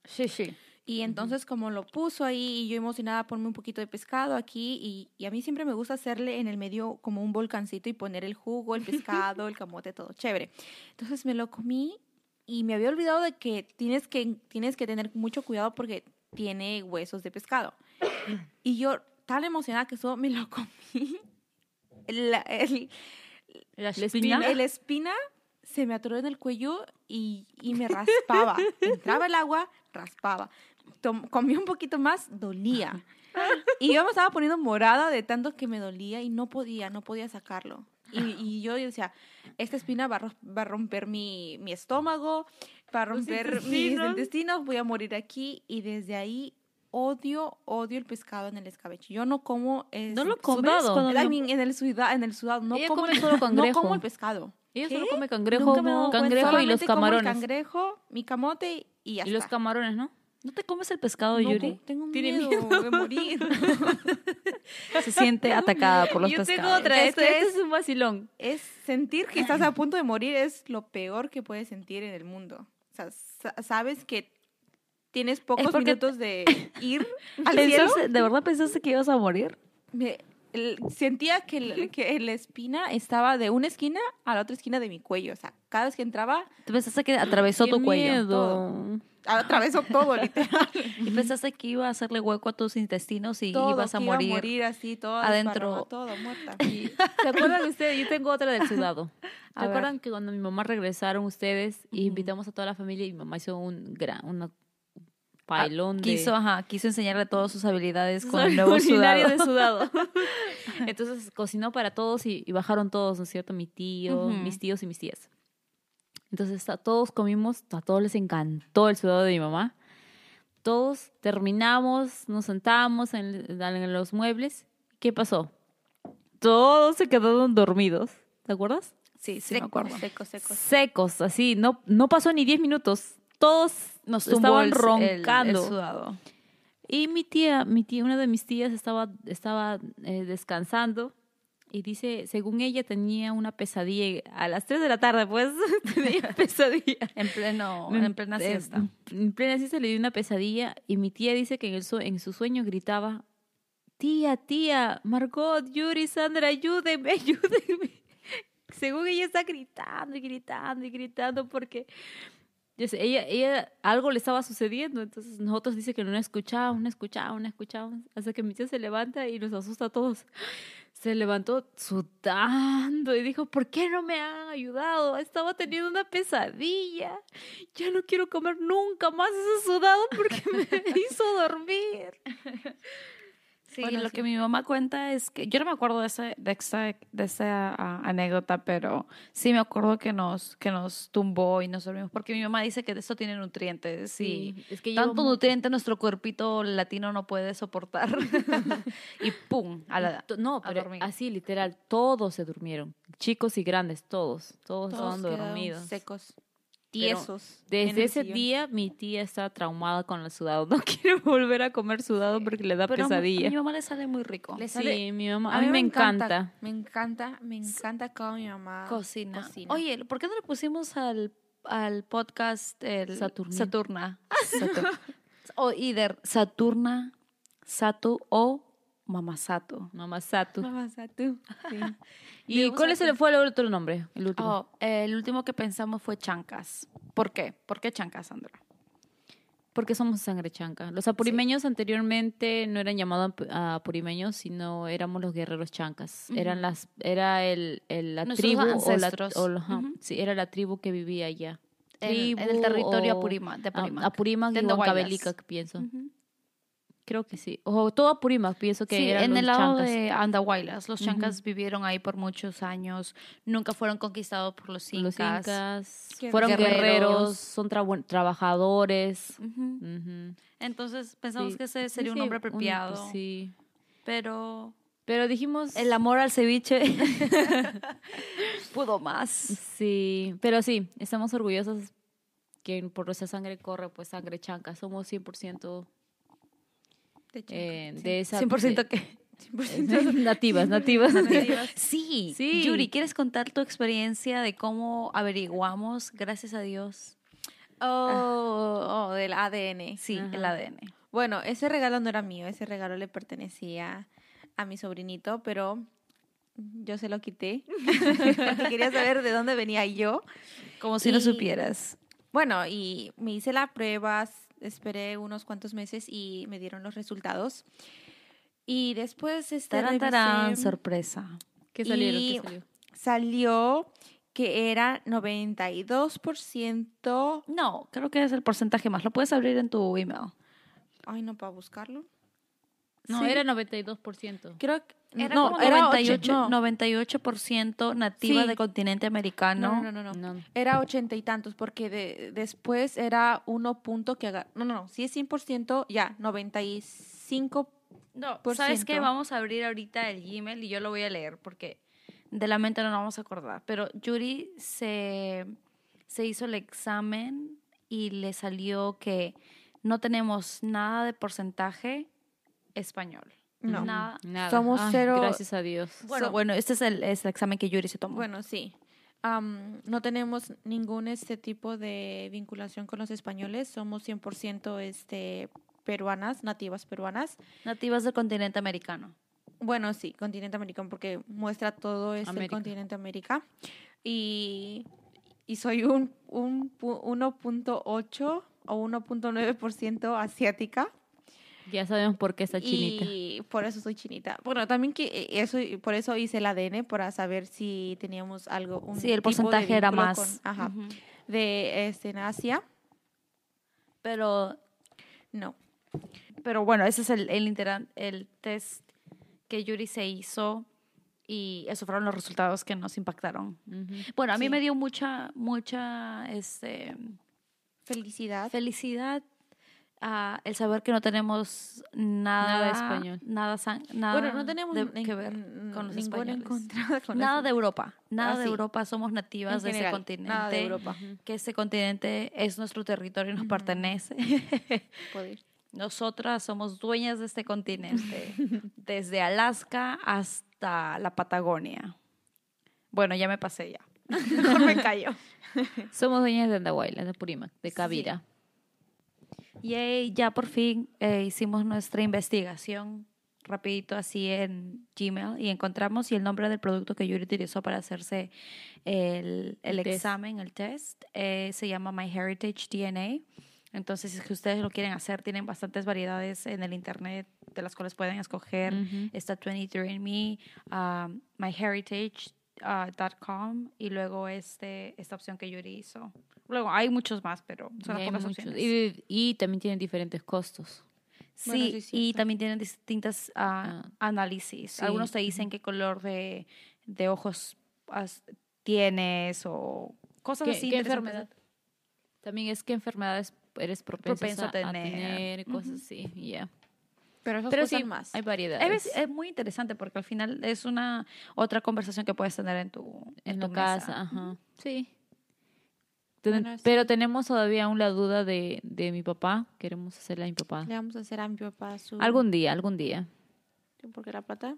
Speaker 2: sí, sí.
Speaker 3: Y entonces como lo puso ahí y yo emocionada ponme un poquito de pescado aquí y, y a mí siempre me gusta hacerle en el medio como un volcancito y poner el jugo, el pescado, el camote, todo chévere. Entonces me lo comí y me había olvidado de que tienes que, tienes que tener mucho cuidado porque tiene huesos de pescado. Y yo tan emocionada que eso me lo comí. La- el,
Speaker 1: La
Speaker 2: espina. ¿Eh?
Speaker 1: espina.
Speaker 3: el espina se me atoró en el cuello y, y me raspaba. Entraba el agua, raspaba. Tom- comí un poquito más, dolía. Y yo me estaba poniendo morada de tanto que me dolía y no podía, no podía sacarlo. Y, y yo decía, esta espina va a, ros- va a romper mi, mi estómago, va a romper mis
Speaker 1: intestinos.
Speaker 3: intestinos, voy a morir aquí. Y desde ahí odio, odio el pescado en el escabeche. Yo no como... eh,
Speaker 1: ¿No lo
Speaker 3: sudado.
Speaker 1: comes cuando
Speaker 3: I mean, en el sudado, en el sudado, no
Speaker 1: Ella
Speaker 3: como
Speaker 1: come
Speaker 3: el-
Speaker 1: solo
Speaker 3: no
Speaker 1: cangrejo.
Speaker 3: como el pescado.
Speaker 1: Ella
Speaker 3: ¿Qué?
Speaker 1: solo come cangrejo,
Speaker 2: Nunca me he dado cuenta.
Speaker 1: cangrejo y los
Speaker 3: Solamente como el
Speaker 1: camarones.
Speaker 3: cangrejo, mi camote y ya
Speaker 1: Y los
Speaker 3: está.
Speaker 1: camarones, ¿no?
Speaker 2: ¿No te comes el pescado,
Speaker 3: No,
Speaker 2: Yuri?
Speaker 3: Tengo
Speaker 1: Tiene
Speaker 3: miedo, de morir.
Speaker 2: Se siente atacada por los
Speaker 3: Yo tengo
Speaker 2: pescados.
Speaker 3: otra.
Speaker 1: Esto,
Speaker 3: este
Speaker 1: esto es un vacilón.
Speaker 3: es sentir que estás a punto de morir es lo peor que puedes sentir en el mundo. O sea, sa- sabes que tienes pocos
Speaker 2: porque-
Speaker 3: minutos de ir al cielo.
Speaker 2: ¿Pensaste- ¿De verdad pensaste que ibas a morir?
Speaker 3: Me- el- sentía que, el- que la espina estaba de una esquina a la otra esquina de mi cuello. O sea, cada vez que entraba,
Speaker 2: ¿Tú pensaste que atravesó
Speaker 1: Qué
Speaker 2: tu cuello?
Speaker 1: miedo.
Speaker 3: atravesó todo, literal.
Speaker 2: ¿Y pensaste que iba a hacerle hueco a tus intestinos y
Speaker 3: todo,
Speaker 2: ibas a
Speaker 3: que iba
Speaker 2: morir?
Speaker 3: así, todo
Speaker 2: adentro.
Speaker 3: todo muerta.
Speaker 1: ¿Se acuerdan ustedes? Yo tengo otra del sudado.
Speaker 3: A
Speaker 1: ¿Se
Speaker 3: ver.
Speaker 1: acuerdan que cuando mi mamá regresaron ustedes y
Speaker 3: Ujú. Ah,
Speaker 1: invitamos a toda la familia y mi mamá hizo un gran, una un pailón de...
Speaker 2: Quiso, ajá, quiso enseñarle todas sus habilidades con el
Speaker 1: Soy
Speaker 2: nuevo
Speaker 1: culinaria
Speaker 2: sudado.
Speaker 1: de sudado. Entonces cocinó para todos y, y bajaron todos, ¿no es cierto? Mi tío,
Speaker 2: Ujú.
Speaker 1: mis tíos y mis tías. Entonces a todos comimos, a todos les encantó el sudado de mi mamá. Todos terminamos, nos sentamos en, en los muebles. ¿Qué pasó? Todos se quedaron dormidos, ¿te acuerdas?
Speaker 3: Sí, sí,
Speaker 2: Seco,
Speaker 3: me acuerdo. Seco, seco.
Speaker 1: Secos, así, no, no pasó ni 10 minutos. Todos
Speaker 2: Nos tumbó
Speaker 1: estaban
Speaker 2: el-
Speaker 1: roncando.
Speaker 2: El, el sudado.
Speaker 1: Y mi tía, mi tía, una de mis tías estaba, estaba eh, descansando y dice, según ella tenía una pesadilla a las 3 de la tarde, pues tenía pesadilla.
Speaker 2: En pleno,
Speaker 1: Me-
Speaker 2: en plena
Speaker 1: eh,
Speaker 2: siesta.
Speaker 1: En plena siesta le dio una pesadilla y mi tía dice que en, el sue- en su sueño gritaba, tía, tía, Margot, Yuri, Sandra, ayúdenme, ayúdenme. Según ella está gritando y gritando y gritando porque yo sé, ella, ella algo le estaba sucediendo, entonces nosotros dice que no escuchábamos, no escuchábamos, no escuchábamos, hasta que mi tía se levanta y nos asusta a todos. Se levantó sudando y dijo, ¿por qué no me han ayudado? Estaba teniendo una pesadilla. Ya no quiero comer nunca más ese sudado porque me hizo dormir.
Speaker 2: Sí,
Speaker 1: Bueno,
Speaker 2: lo
Speaker 1: sí.
Speaker 2: que mi mamá cuenta es que yo no me acuerdo de esa, de esa, de esa ah, anécdota, pero sí me acuerdo que nos, que nos tumbó y nos dormimos, porque mi mamá dice que eso tiene nutrientes y
Speaker 1: es que llevo
Speaker 2: tanto
Speaker 1: mu-
Speaker 2: nutriente nuestro cuerpito latino no puede soportar. y pum, a la
Speaker 1: to- No,
Speaker 2: a
Speaker 1: pero
Speaker 2: dormir.
Speaker 1: así literal, todos se durmieron, chicos y grandes, todos, todos,
Speaker 3: Todos
Speaker 1: estaban
Speaker 3: quedaron
Speaker 1: dormidos.
Speaker 3: Secos,
Speaker 1: Pero
Speaker 3: tiesos. en
Speaker 1: Desde
Speaker 3: el
Speaker 1: ese
Speaker 3: sillón.
Speaker 1: día mi tía está traumada con el sudado, no quiere volver a comer sudado porque le da
Speaker 2: Pero a mi-
Speaker 1: pesadilla.
Speaker 2: A mi mamá le sale muy rico.
Speaker 3: Le
Speaker 1: Sí,
Speaker 3: sale-
Speaker 1: mi mamá, a mí me encanta.
Speaker 3: Me encanta, me encanta cómo mi mamá
Speaker 2: Ah, Cocina.
Speaker 3: cocina.
Speaker 2: Oye, ¿por qué no le pusimos al, al podcast el
Speaker 1: Saturnín.
Speaker 2: Saturna? Satur- o either Saturna, Satu o Mamasato.
Speaker 1: Mamá Satu.
Speaker 3: Mamá, o sea, tú. Sí.
Speaker 1: ¿Y
Speaker 2: Digamos
Speaker 1: cuál
Speaker 2: a
Speaker 1: es el,
Speaker 2: tu-
Speaker 1: fue el otro nombre? El último.
Speaker 2: Oh, el último que pensamos fue Chancas. ¿Por qué? ¿Por qué Chancas, Sandra?
Speaker 1: Porque somos sangre chanca. Los apurimeños anteriormente no eran llamados ap- apurimeños, sino éramos los guerreros chancas. Eran
Speaker 2: Ujú.
Speaker 1: las, era el, el- la
Speaker 2: Nuestros
Speaker 1: tribu o la,
Speaker 2: ancestros.
Speaker 1: o los- ajá,
Speaker 2: Ujú.
Speaker 1: sí, era la tribu que vivía allá.
Speaker 2: En, en el
Speaker 1: Tribu
Speaker 2: territorio
Speaker 1: o-
Speaker 2: Apurima, de Ah, Apurímac.
Speaker 1: A- Apurímac y
Speaker 2: Tendo Guaylas.
Speaker 1: Huancavelica, que pienso.
Speaker 2: Ujú.
Speaker 1: Creo que sí. O todo Apurímac, pienso que
Speaker 2: sí,
Speaker 1: eran
Speaker 2: en
Speaker 1: los
Speaker 2: el lado
Speaker 1: chancas.
Speaker 2: de Andahuaylas. Los
Speaker 1: Ujú.
Speaker 2: chancas vivieron ahí por muchos años. Nunca fueron conquistados por los incas.
Speaker 1: Los incas
Speaker 3: Qué
Speaker 1: fueron guerreros,
Speaker 2: guerreros.
Speaker 1: son tra- trabajadores.
Speaker 2: Ujú.
Speaker 1: Ujú.
Speaker 2: Entonces pensamos
Speaker 1: Sí,
Speaker 2: que ese
Speaker 1: sí,
Speaker 2: sería un
Speaker 1: sí,
Speaker 2: nombre
Speaker 1: pues,
Speaker 2: apropiado.
Speaker 1: sí.
Speaker 2: Pero
Speaker 1: Pero dijimos...
Speaker 2: el amor al ceviche pudo más.
Speaker 1: Sí, pero sí, estamos orgullosos que por nuestra sangre corre, pues sangre chanca. Somos 100%
Speaker 3: De chico.
Speaker 1: eh,
Speaker 3: Sí,
Speaker 1: de esa...
Speaker 2: 100% que...
Speaker 3: 100%.
Speaker 1: de- nativas, nativas.
Speaker 2: Sí.
Speaker 1: Sí.
Speaker 2: Yuri, ¿quieres contar tu experiencia de cómo averiguamos, gracias a Dios,
Speaker 3: Oh, oh, del ADN.
Speaker 2: sí, el
Speaker 1: Ajá.
Speaker 2: ADN?
Speaker 3: Bueno, ese regalo no era mío, ese regalo le pertenecía a mi sobrinito, pero yo se lo quité porque quería saber de dónde venía yo.
Speaker 2: Como si no
Speaker 3: Y-
Speaker 2: supieras.
Speaker 3: Bueno, y me hice la prueba, s- esperé unos cuantos meses y me dieron los resultados. Y después este,
Speaker 2: Tarán,
Speaker 3: revisé,
Speaker 2: tarán, sorpresa.
Speaker 1: ¿Qué salieron? ¿Qué
Speaker 3: Y-
Speaker 1: salió?
Speaker 3: salió que era 92%.
Speaker 2: No, creo que es el porcentaje más. Lo puedes abrir en tu email.
Speaker 3: Ay, no, para buscarlo.
Speaker 1: No,
Speaker 3: Sí.
Speaker 1: era 92%.
Speaker 3: Creo que
Speaker 2: Era
Speaker 3: no,
Speaker 2: como
Speaker 3: era
Speaker 2: 98,
Speaker 3: 98, no.
Speaker 2: 98% nativa
Speaker 3: Sí.
Speaker 2: del continente americano.
Speaker 3: no, no, no, no.
Speaker 1: No.
Speaker 3: Era ochenta y tantos, porque de- después era uno punto que haga. No, no, no. Si es 100%, ya, 95.
Speaker 2: No,
Speaker 3: por
Speaker 2: ¿sabes qué?
Speaker 3: ciento.
Speaker 2: Vamos a abrir ahorita el Gmail y yo lo voy a leer porque de la mente no nos vamos a acordar. Pero Yuri se, se hizo el examen y le salió que no tenemos nada de porcentaje español.
Speaker 3: No.
Speaker 2: Nada.
Speaker 1: Nada.
Speaker 3: Somos
Speaker 1: Ay,
Speaker 3: cero-
Speaker 1: Gracias a Dios.
Speaker 2: Bueno,
Speaker 3: So-
Speaker 2: bueno, este es el, es el examen que Yuri se tomó.
Speaker 3: Bueno, sí. Am, no tenemos ningún este tipo de vinculación con los españoles. Somos 100% este, peruanas, nativas peruanas.
Speaker 2: Nativas del continente americano.
Speaker 3: Bueno, sí, continente americano, porque muestra todo este
Speaker 1: América.
Speaker 3: continente América. Y, y soy un, un pu- 1.8 o 1.9% asiática.
Speaker 1: Ya sabemos por qué está chinita.
Speaker 3: Y por eso soy chinita. Bueno, también que eh, eso, por eso hice el ADN, para saber si teníamos algo. Un
Speaker 2: Sí, el
Speaker 3: tipo de
Speaker 2: porcentaje era
Speaker 3: vínculo
Speaker 2: más.
Speaker 3: con- ajá.
Speaker 2: Ujú.
Speaker 3: De este, en Asia,
Speaker 2: Pero
Speaker 3: no.
Speaker 2: Pero bueno, ese es el, el, intera- el test que Yuri se hizo y esos fueron los resultados que nos impactaron.
Speaker 1: Ujú.
Speaker 2: Bueno, a mí
Speaker 3: Sí.
Speaker 2: me dio mucha, mucha este,
Speaker 3: Felicidad.
Speaker 2: felicidad ah, el saber que no tenemos nada,
Speaker 1: Nada de español.
Speaker 2: Nada, san- nada
Speaker 3: bueno, no tenemos
Speaker 2: de-
Speaker 3: nin-
Speaker 2: que ver
Speaker 3: nin-
Speaker 2: con los
Speaker 3: ningún
Speaker 2: españoles.
Speaker 3: encontrado con
Speaker 2: Nada
Speaker 3: los-
Speaker 2: de Europa, nada
Speaker 3: Ah,
Speaker 2: de
Speaker 3: sí.
Speaker 2: Europa, somos nativas
Speaker 3: en
Speaker 2: de ese
Speaker 3: general,
Speaker 2: continente.
Speaker 3: Nada de Europa.
Speaker 2: Que ese continente es nuestro territorio y nos pertenece.
Speaker 3: Poder.
Speaker 2: Nosotras somos dueñas de este continente, desde Alaska hasta la Patagonia. Bueno, ya me pasé ya. Mejor me callo.
Speaker 1: Somos dueñas de Andahuaylas, de Purima, de Cavira.
Speaker 2: Yay, ya por fin eh, hicimos nuestra investigación rapidito así en Gmail y encontramos y el nombre del producto que Yuri utilizó para hacerse el,
Speaker 1: El
Speaker 2: el
Speaker 1: test.
Speaker 2: examen, el test, eh, se llama My Heritage DNA. Entonces, si es que ustedes lo quieren hacer, tienen bastantes variedades en el internet de las cuales pueden escoger.
Speaker 1: Ujú.
Speaker 2: Está 23andMe, um, myheritage.com y luego este, esta opción que Yuri hizo. Luego hay muchos más, pero
Speaker 1: Y
Speaker 2: son las
Speaker 1: hay
Speaker 2: pocas
Speaker 1: muchos.
Speaker 2: opciones.
Speaker 1: Y- y también tienen diferentes costos.
Speaker 2: Sí,
Speaker 3: Bueno, sí es
Speaker 2: y
Speaker 3: cierto.
Speaker 2: también tienen distintas ah, análisis.
Speaker 1: Sí.
Speaker 2: Algunos te dicen qué color de, de ojos has- tienes o cosas
Speaker 1: ¿Qué-
Speaker 2: así.
Speaker 1: qué
Speaker 2: interesantes.
Speaker 1: enfermedad? También es que enfermedades eres propensa
Speaker 2: Propenso a
Speaker 1: a, tener,
Speaker 2: tener.
Speaker 1: cosas así, ya.
Speaker 3: Pero eso
Speaker 2: Pero
Speaker 3: cuestan
Speaker 2: sí,
Speaker 3: más.
Speaker 1: Hay variedades.
Speaker 2: Es, veces- es muy interesante porque al final es una otra conversación que puedes tener en tu, en
Speaker 1: en
Speaker 2: tu
Speaker 1: la
Speaker 2: mesa.
Speaker 1: casa, ajá. Sí. Ten-
Speaker 3: Bueno, sí.
Speaker 1: Pero tenemos todavía aún la duda de, de mi papá. Queremos hacerla a mi papá.
Speaker 3: Le vamos a hacer a mi papá su...
Speaker 1: Algún día, algún día.
Speaker 3: Porque la plata...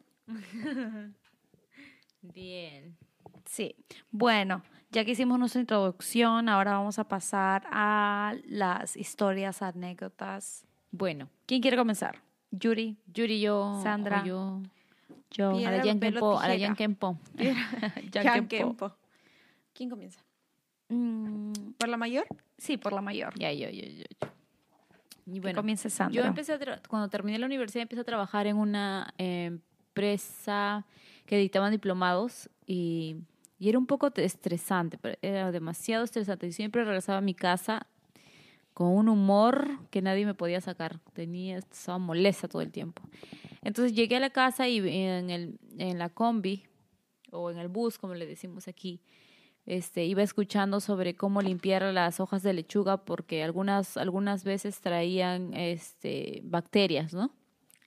Speaker 1: Bien.
Speaker 2: Sí. Bueno, ya que hicimos nuestra introducción, ahora vamos a pasar a las historias, anécdotas.
Speaker 1: Bueno,
Speaker 2: ¿Quién quiere comenzar? Yuri,
Speaker 1: Yuri, yo. o
Speaker 2: Sandra.
Speaker 1: Yo.
Speaker 2: yo,
Speaker 3: Piedra,
Speaker 1: Arayan
Speaker 3: papel o
Speaker 1: Kempo.
Speaker 3: tijera.
Speaker 1: Arayan Kempo.
Speaker 2: Jan Kempo.
Speaker 3: Jan Kempo. ¿Quién comienza?
Speaker 2: Mm,
Speaker 3: ¿Por la mayor?
Speaker 2: sí, por la mayor.
Speaker 1: Ya, yo, yo, yo. yo. Y
Speaker 2: Que
Speaker 1: bueno,
Speaker 2: comience Sandra.
Speaker 1: Yo empecé a tra- cuando terminé la universidad empecé a trabajar en una empresa que dictaban diplomados y, y era un poco te- estresante, pero era demasiado estresante. Yo siempre regresaba a mi casa con un humor que nadie me podía sacar. Tenía, estaba molesta todo el tiempo. Entonces llegué a la casa y en, el, en la combi o en el bus, como le decimos aquí, este, iba escuchando sobre cómo limpiar las hojas de lechuga porque algunas, algunas veces traían este, bacterias, ¿no?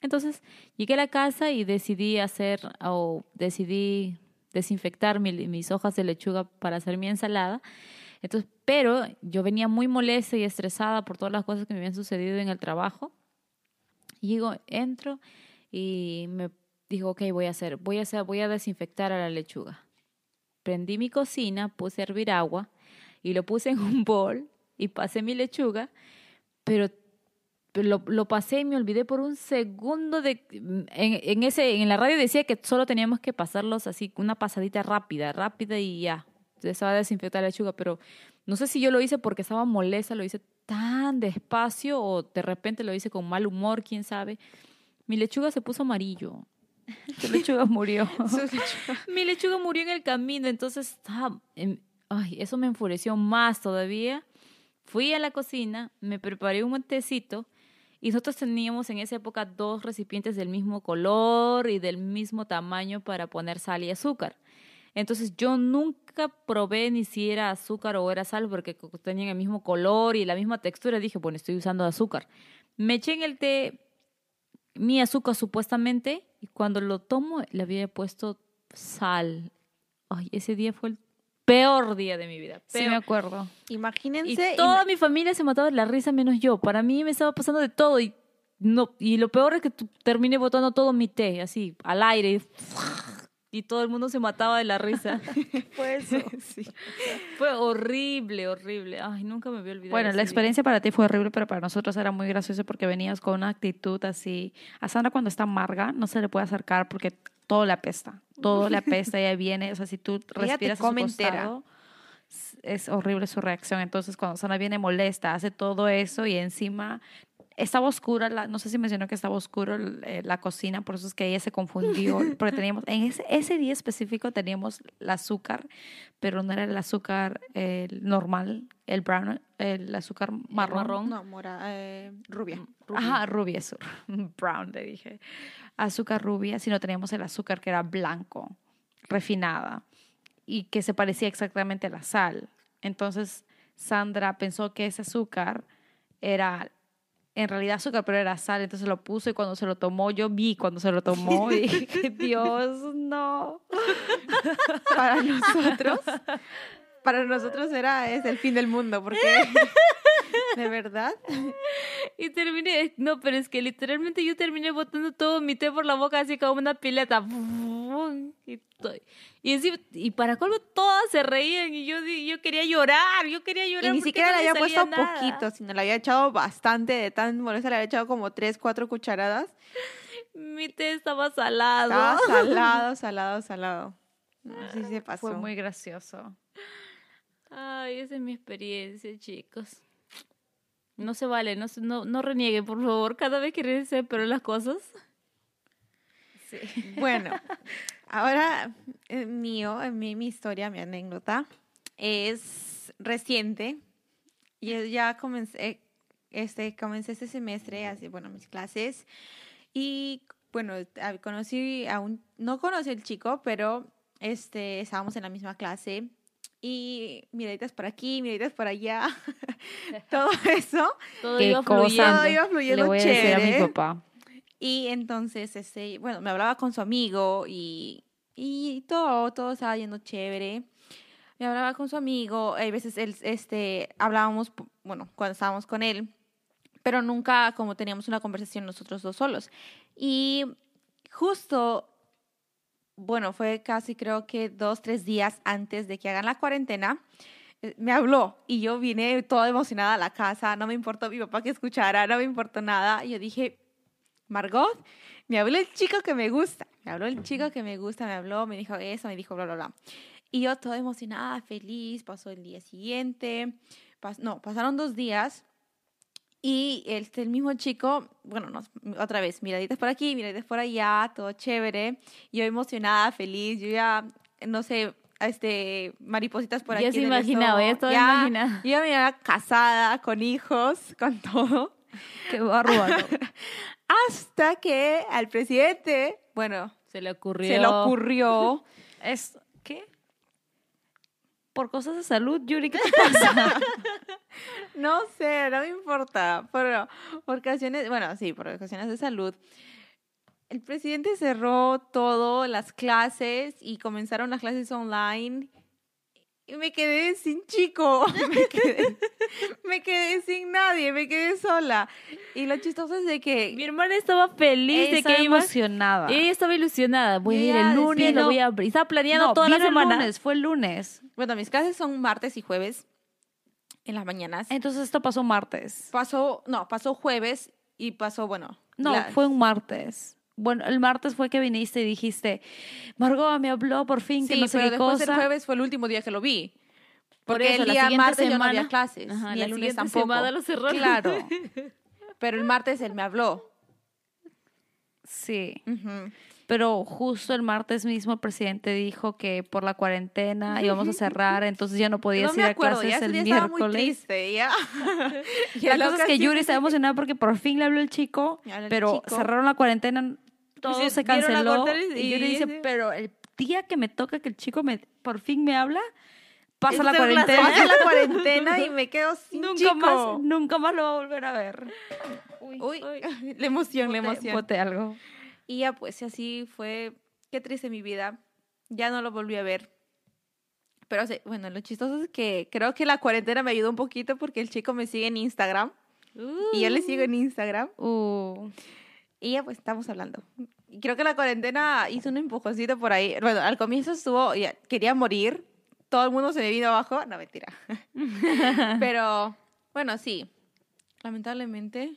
Speaker 1: Entonces llegué a la casa y decidí hacer o decidí desinfectar mi- mis hojas de lechuga para hacer mi ensalada. Entonces, pero yo venía muy molesta y estresada por todas las cosas que me habían sucedido en el trabajo. Y digo, entro y me digo, ok, voy a hacer, voy a hacer, voy a desinfectar a la lechuga prendí mi cocina, puse a hervir agua y lo puse en un bol y pasé mi lechuga, pero lo, lo pasé y me olvidé por un segundo de mm, en, en ese en la radio decía que solo teníamos que pasarlos así una pasadita rápida, rápida y ya. Se va a desinfectar la lechuga, pero no sé si yo lo hice porque estaba molesta, lo hice tan despacio o de repente lo hice con mal humor, quién sabe. Mi lechuga se puso amarillo.
Speaker 2: Tu lechuga murió.
Speaker 1: Mi lechuga murió en el camino, entonces estaba- em, ay, eso me enfureció más todavía. Fui a la cocina, me preparé un tecito y nosotros teníamos en esa época dos recipientes del mismo color y del mismo tamaño para poner sal y azúcar. Entonces yo nunca probé ni si era azúcar o era sal porque co- tenían el mismo color y la misma textura. Dije, bueno, estoy usando azúcar. Me eché en el té mi azúcar supuestamente y cuando lo tomo le había puesto sal. Ay, ese día fue el peor día de mi vida.
Speaker 2: Sí,
Speaker 1: peor.
Speaker 2: me acuerdo.
Speaker 1: Y
Speaker 3: Imagínense.
Speaker 1: toda
Speaker 3: ima-
Speaker 1: mi familia se mataba de la risa menos yo. Para mí me estaba pasando de todo y no y lo peor es que tu- terminé botando todo mi té así al aire y, y todo el mundo se mataba de la risa. Sí. Fue horrible, horrible. Ay, nunca me voy a olvidar.
Speaker 2: Bueno,
Speaker 1: ese
Speaker 2: la
Speaker 1: día.
Speaker 2: experiencia para ti fue horrible, pero para nosotros era muy gracioso porque venías con una actitud así. A Sandra cuando está amarga no se le puede acercar porque todo le apesta, todo le apesta, ella viene, o sea, si tú
Speaker 3: te
Speaker 2: respiras a su
Speaker 3: come entera.
Speaker 2: costado, s- es horrible su reacción. Entonces cuando Sandra viene molesta, hace todo eso y encima estaba oscura, la- no sé si mencionó que estaba oscuro el- eh, la cocina, por eso es que ella se confundió, porque teníamos, en ese, ese día específico teníamos el azúcar, pero no era el azúcar eh, normal, el brown, el azúcar marrón.
Speaker 1: marrón.
Speaker 3: No, mora, eh, rubia.
Speaker 2: Ajá, rubia, azul. brown le dije. Azúcar rubia, sino teníamos el azúcar que era blanco, refinada, y que se parecía exactamente a la sal. Entonces Sandra pensó que ese azúcar era en realidad azúcar, pero era sal, entonces lo puso y cuando se lo tomó, yo vi cuando se lo tomó y dije, Dios, no.
Speaker 3: Para nosotros. Para nosotros era es el fin del mundo, porque de verdad
Speaker 1: Y terminé, no, pero es que literalmente yo terminé botando todo mi té por la boca así como una pileta. Y, to- y, encima- y para colmo todas se reían y yo, di- yo quería llorar, yo quería llorar.
Speaker 3: y ni
Speaker 1: porque
Speaker 3: siquiera
Speaker 1: no
Speaker 3: le había
Speaker 1: salía
Speaker 3: puesto
Speaker 1: nada.
Speaker 3: poquito, sino le había echado bastante de tan molesta, le había echado como tres, cuatro cucharadas.
Speaker 1: Mi té estaba salado.
Speaker 2: Ah,
Speaker 3: Estaba salado, salado, salado. Así se pasó.
Speaker 2: Fue muy gracioso.
Speaker 1: Ay, esa es mi experiencia, chicos. No se vale, no, se- no, no renieguen, por favor, cada vez que regrese, pero las cosas.
Speaker 3: Bueno, ahora eh, mío, eh, mi, mi historia, mi anécdota es reciente. Y es- ya comencé, este, comencé este semestre, así, bueno, mis clases. Y bueno, a- conocí a un, no conocí al chico, pero este, estábamos en la misma clase. Y miraditas por aquí, miraditas por allá, todo eso.
Speaker 1: Todo
Speaker 2: Qué
Speaker 1: iba fluyendo.
Speaker 2: cosa.
Speaker 3: Todo iba fluyendo
Speaker 2: Le voy a decir a
Speaker 3: chévere.
Speaker 2: mi papá.
Speaker 3: Y entonces, este, bueno, me hablaba con su amigo y, y todo, todo estaba yendo chévere. Me hablaba con su amigo, a veces él, este, hablábamos, p- bueno, cuando estábamos con él, pero nunca como teníamos una conversación nosotros dos solos. Y justo, bueno, fue casi creo que dos, tres días antes de que hagan la cuarentena, eh, me habló y yo vine toda emocionada a la casa, no me importó mi papá que escuchara, no me importó nada. Yo dije, Margot, me habló el chico que me gusta, me habló el chico que me gusta, me habló, me dijo eso, me dijo bla, bla, bla. Y yo toda emocionada, feliz, pasó el día siguiente, pas- no, pasaron dos días y este, el mismo chico, bueno, nos- otra vez, miraditas por aquí, miraditas por allá, todo chévere, yo emocionada, feliz, yo ya, no sé, este, maripositas por
Speaker 1: Ya
Speaker 3: aquí.
Speaker 1: se
Speaker 3: en el
Speaker 1: imaginaba, ya
Speaker 3: estómago,
Speaker 1: estaba imaginada.
Speaker 3: Yo ya me iba casada, con hijos, con todo.
Speaker 2: Qué bárbaro.
Speaker 3: Hasta que al presidente, bueno,
Speaker 1: Se le ocurrió.
Speaker 3: se le ocurrió.
Speaker 2: Es, ¿Qué? Por cosas de salud, Yuri, ¿qué te pasa?
Speaker 3: No sé, no me importa. Pero por ocasiones, bueno, sí, por ocasiones de salud. El presidente cerró todo, las clases, y comenzaron las clases online. Y me quedé sin chico, me quedé, me quedé sin nadie, me quedé sola. Y lo chistoso es de
Speaker 1: Mi
Speaker 3: que
Speaker 1: hermana estaba feliz de que iba.
Speaker 2: emocionada.
Speaker 1: Ella estaba ilusionada. Voy a ir
Speaker 3: Ella
Speaker 1: el lunes,
Speaker 3: decidió-
Speaker 1: lo voy a abrir. Estaba planeando
Speaker 2: No,
Speaker 1: toda la
Speaker 2: vino el
Speaker 1: semana.
Speaker 2: lunes, fue el lunes.
Speaker 3: Bueno, mis clases son martes y jueves en las mañanas.
Speaker 2: Entonces esto pasó martes.
Speaker 3: Pasó, no, pasó jueves y pasó, bueno.
Speaker 2: No,
Speaker 3: la-
Speaker 2: fue un martes. Bueno, el martes fue que viniste y dijiste, Margot me habló por fin que
Speaker 3: Sí,
Speaker 2: no sé
Speaker 3: pero
Speaker 2: qué
Speaker 3: después el
Speaker 2: cosa.
Speaker 3: jueves fue el último día que lo vi.
Speaker 1: Por
Speaker 3: Porque
Speaker 1: eso,
Speaker 3: el
Speaker 1: la
Speaker 3: día
Speaker 1: siguiente
Speaker 3: martes yo no había
Speaker 1: semana-
Speaker 3: clases,
Speaker 1: Ajá,
Speaker 3: ni
Speaker 1: la
Speaker 3: el lunes
Speaker 1: siguiente
Speaker 3: tampoco.
Speaker 1: semana lo cerraron.
Speaker 2: Claro.
Speaker 3: Pero el martes él me habló.
Speaker 2: Sí.
Speaker 3: Ujú.
Speaker 2: Pero justo el martes mismo el presidente dijo que por la cuarentena íbamos a cerrar, entonces ya no podías
Speaker 3: No me
Speaker 2: ir a
Speaker 3: acuerdo,
Speaker 2: clases
Speaker 3: ya ese
Speaker 2: el
Speaker 3: día estaba muy
Speaker 2: miércoles.
Speaker 3: triste. Ya. Ya
Speaker 2: La cosa es que
Speaker 3: casi-
Speaker 2: Yuri estaba emocionada porque por fin le habló el chico,
Speaker 3: Le habló el
Speaker 2: pero
Speaker 3: chico.
Speaker 2: cerraron la cuarentena, todo
Speaker 3: se
Speaker 2: se
Speaker 3: dieron la
Speaker 2: canceló.
Speaker 3: cuarentena y-
Speaker 2: Y Yuri
Speaker 3: y
Speaker 2: dice,
Speaker 3: ese-
Speaker 2: pero el día que me toca que el chico me por fin me habla, pasa la
Speaker 3: Entonces,
Speaker 2: cuarentena.
Speaker 3: Pasa la cuarentena y me quedo sin
Speaker 2: Nunca
Speaker 3: chico.
Speaker 2: más, nunca más lo va a volver a ver. Uy,
Speaker 3: Uy, la emoción, la
Speaker 2: boté-
Speaker 3: emoción.
Speaker 2: boté algo.
Speaker 3: Y ya pues así fue, qué triste mi vida. Ya no lo volví a ver. Pero o sea, bueno, lo chistoso es que creo que la cuarentena me ayudó un poquito porque el chico me sigue en Instagram y yo le sigo en Instagram
Speaker 2: Uh,
Speaker 3: y ya pues estamos hablando. Y creo que la cuarentena hizo un empujoncito por ahí. Bueno, al comienzo estuvo, ya, quería morir, todo el mundo se me vino abajo, no mentira. Pero bueno, sí, lamentablemente,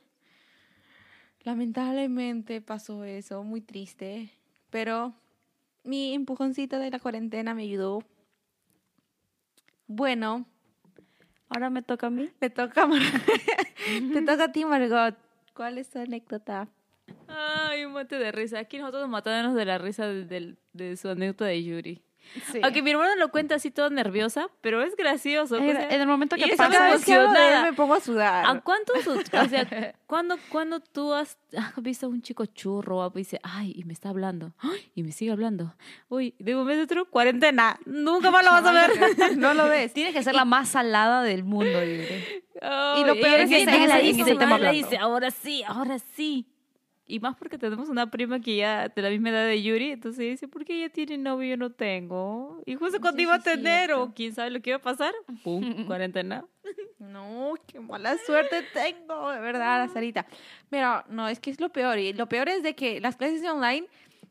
Speaker 3: lamentablemente pasó eso, muy triste, pero mi empujoncito de la cuarentena me ayudó. Bueno,
Speaker 2: Ahora me toca a mí.
Speaker 3: te toca, Mar- te toca a ti, Margot. ¿Cuál es tu anécdota?
Speaker 1: Ay, un mate de risa. Aquí nosotros matándonos de la risa de, de- de su anécdota de Yuri.
Speaker 3: Sí.
Speaker 1: Aunque mi hermana lo cuenta así todo nerviosa, pero es gracioso. o sea,
Speaker 2: en el momento
Speaker 1: y
Speaker 2: que
Speaker 1: eso
Speaker 2: pasa,
Speaker 1: cada
Speaker 3: cada
Speaker 1: vez
Speaker 3: vez
Speaker 1: que hablo de él me
Speaker 3: me pongo a sudar.
Speaker 1: ¿A cuánto su- o sea, ¿cuándo, cuándo tú has, has visto a un chico churro guapo, y dice, ay, y me está hablando, ay, y me sigue hablando? Uy, de un mes otro, cuarentena, nunca más lo vas a ver.
Speaker 3: no lo ves.
Speaker 2: tiene que ser la más salada del mundo, yo diré.
Speaker 1: Ay,
Speaker 3: Y lo peor es
Speaker 1: ella dice,
Speaker 3: que en ese-
Speaker 1: "Ay,
Speaker 3: en ese
Speaker 1: dice,
Speaker 3: tema
Speaker 1: ay,
Speaker 2: hablando".
Speaker 1: dice, ahora sí, ahora sí. Y más porque tenemos una prima que ya de la misma edad de Yuri, entonces ella dice, ¿por qué ella tiene novio y yo no tengo? Y justo cuando
Speaker 3: Sí,
Speaker 1: iba a
Speaker 3: sí,
Speaker 1: tener, o
Speaker 3: cierto.
Speaker 1: quién sabe lo que iba a pasar, pum, cuarentena.
Speaker 3: No, qué mala suerte tengo, de verdad, Sarita. Mira, no, es que es lo peor. Y lo peor es de que las clases online,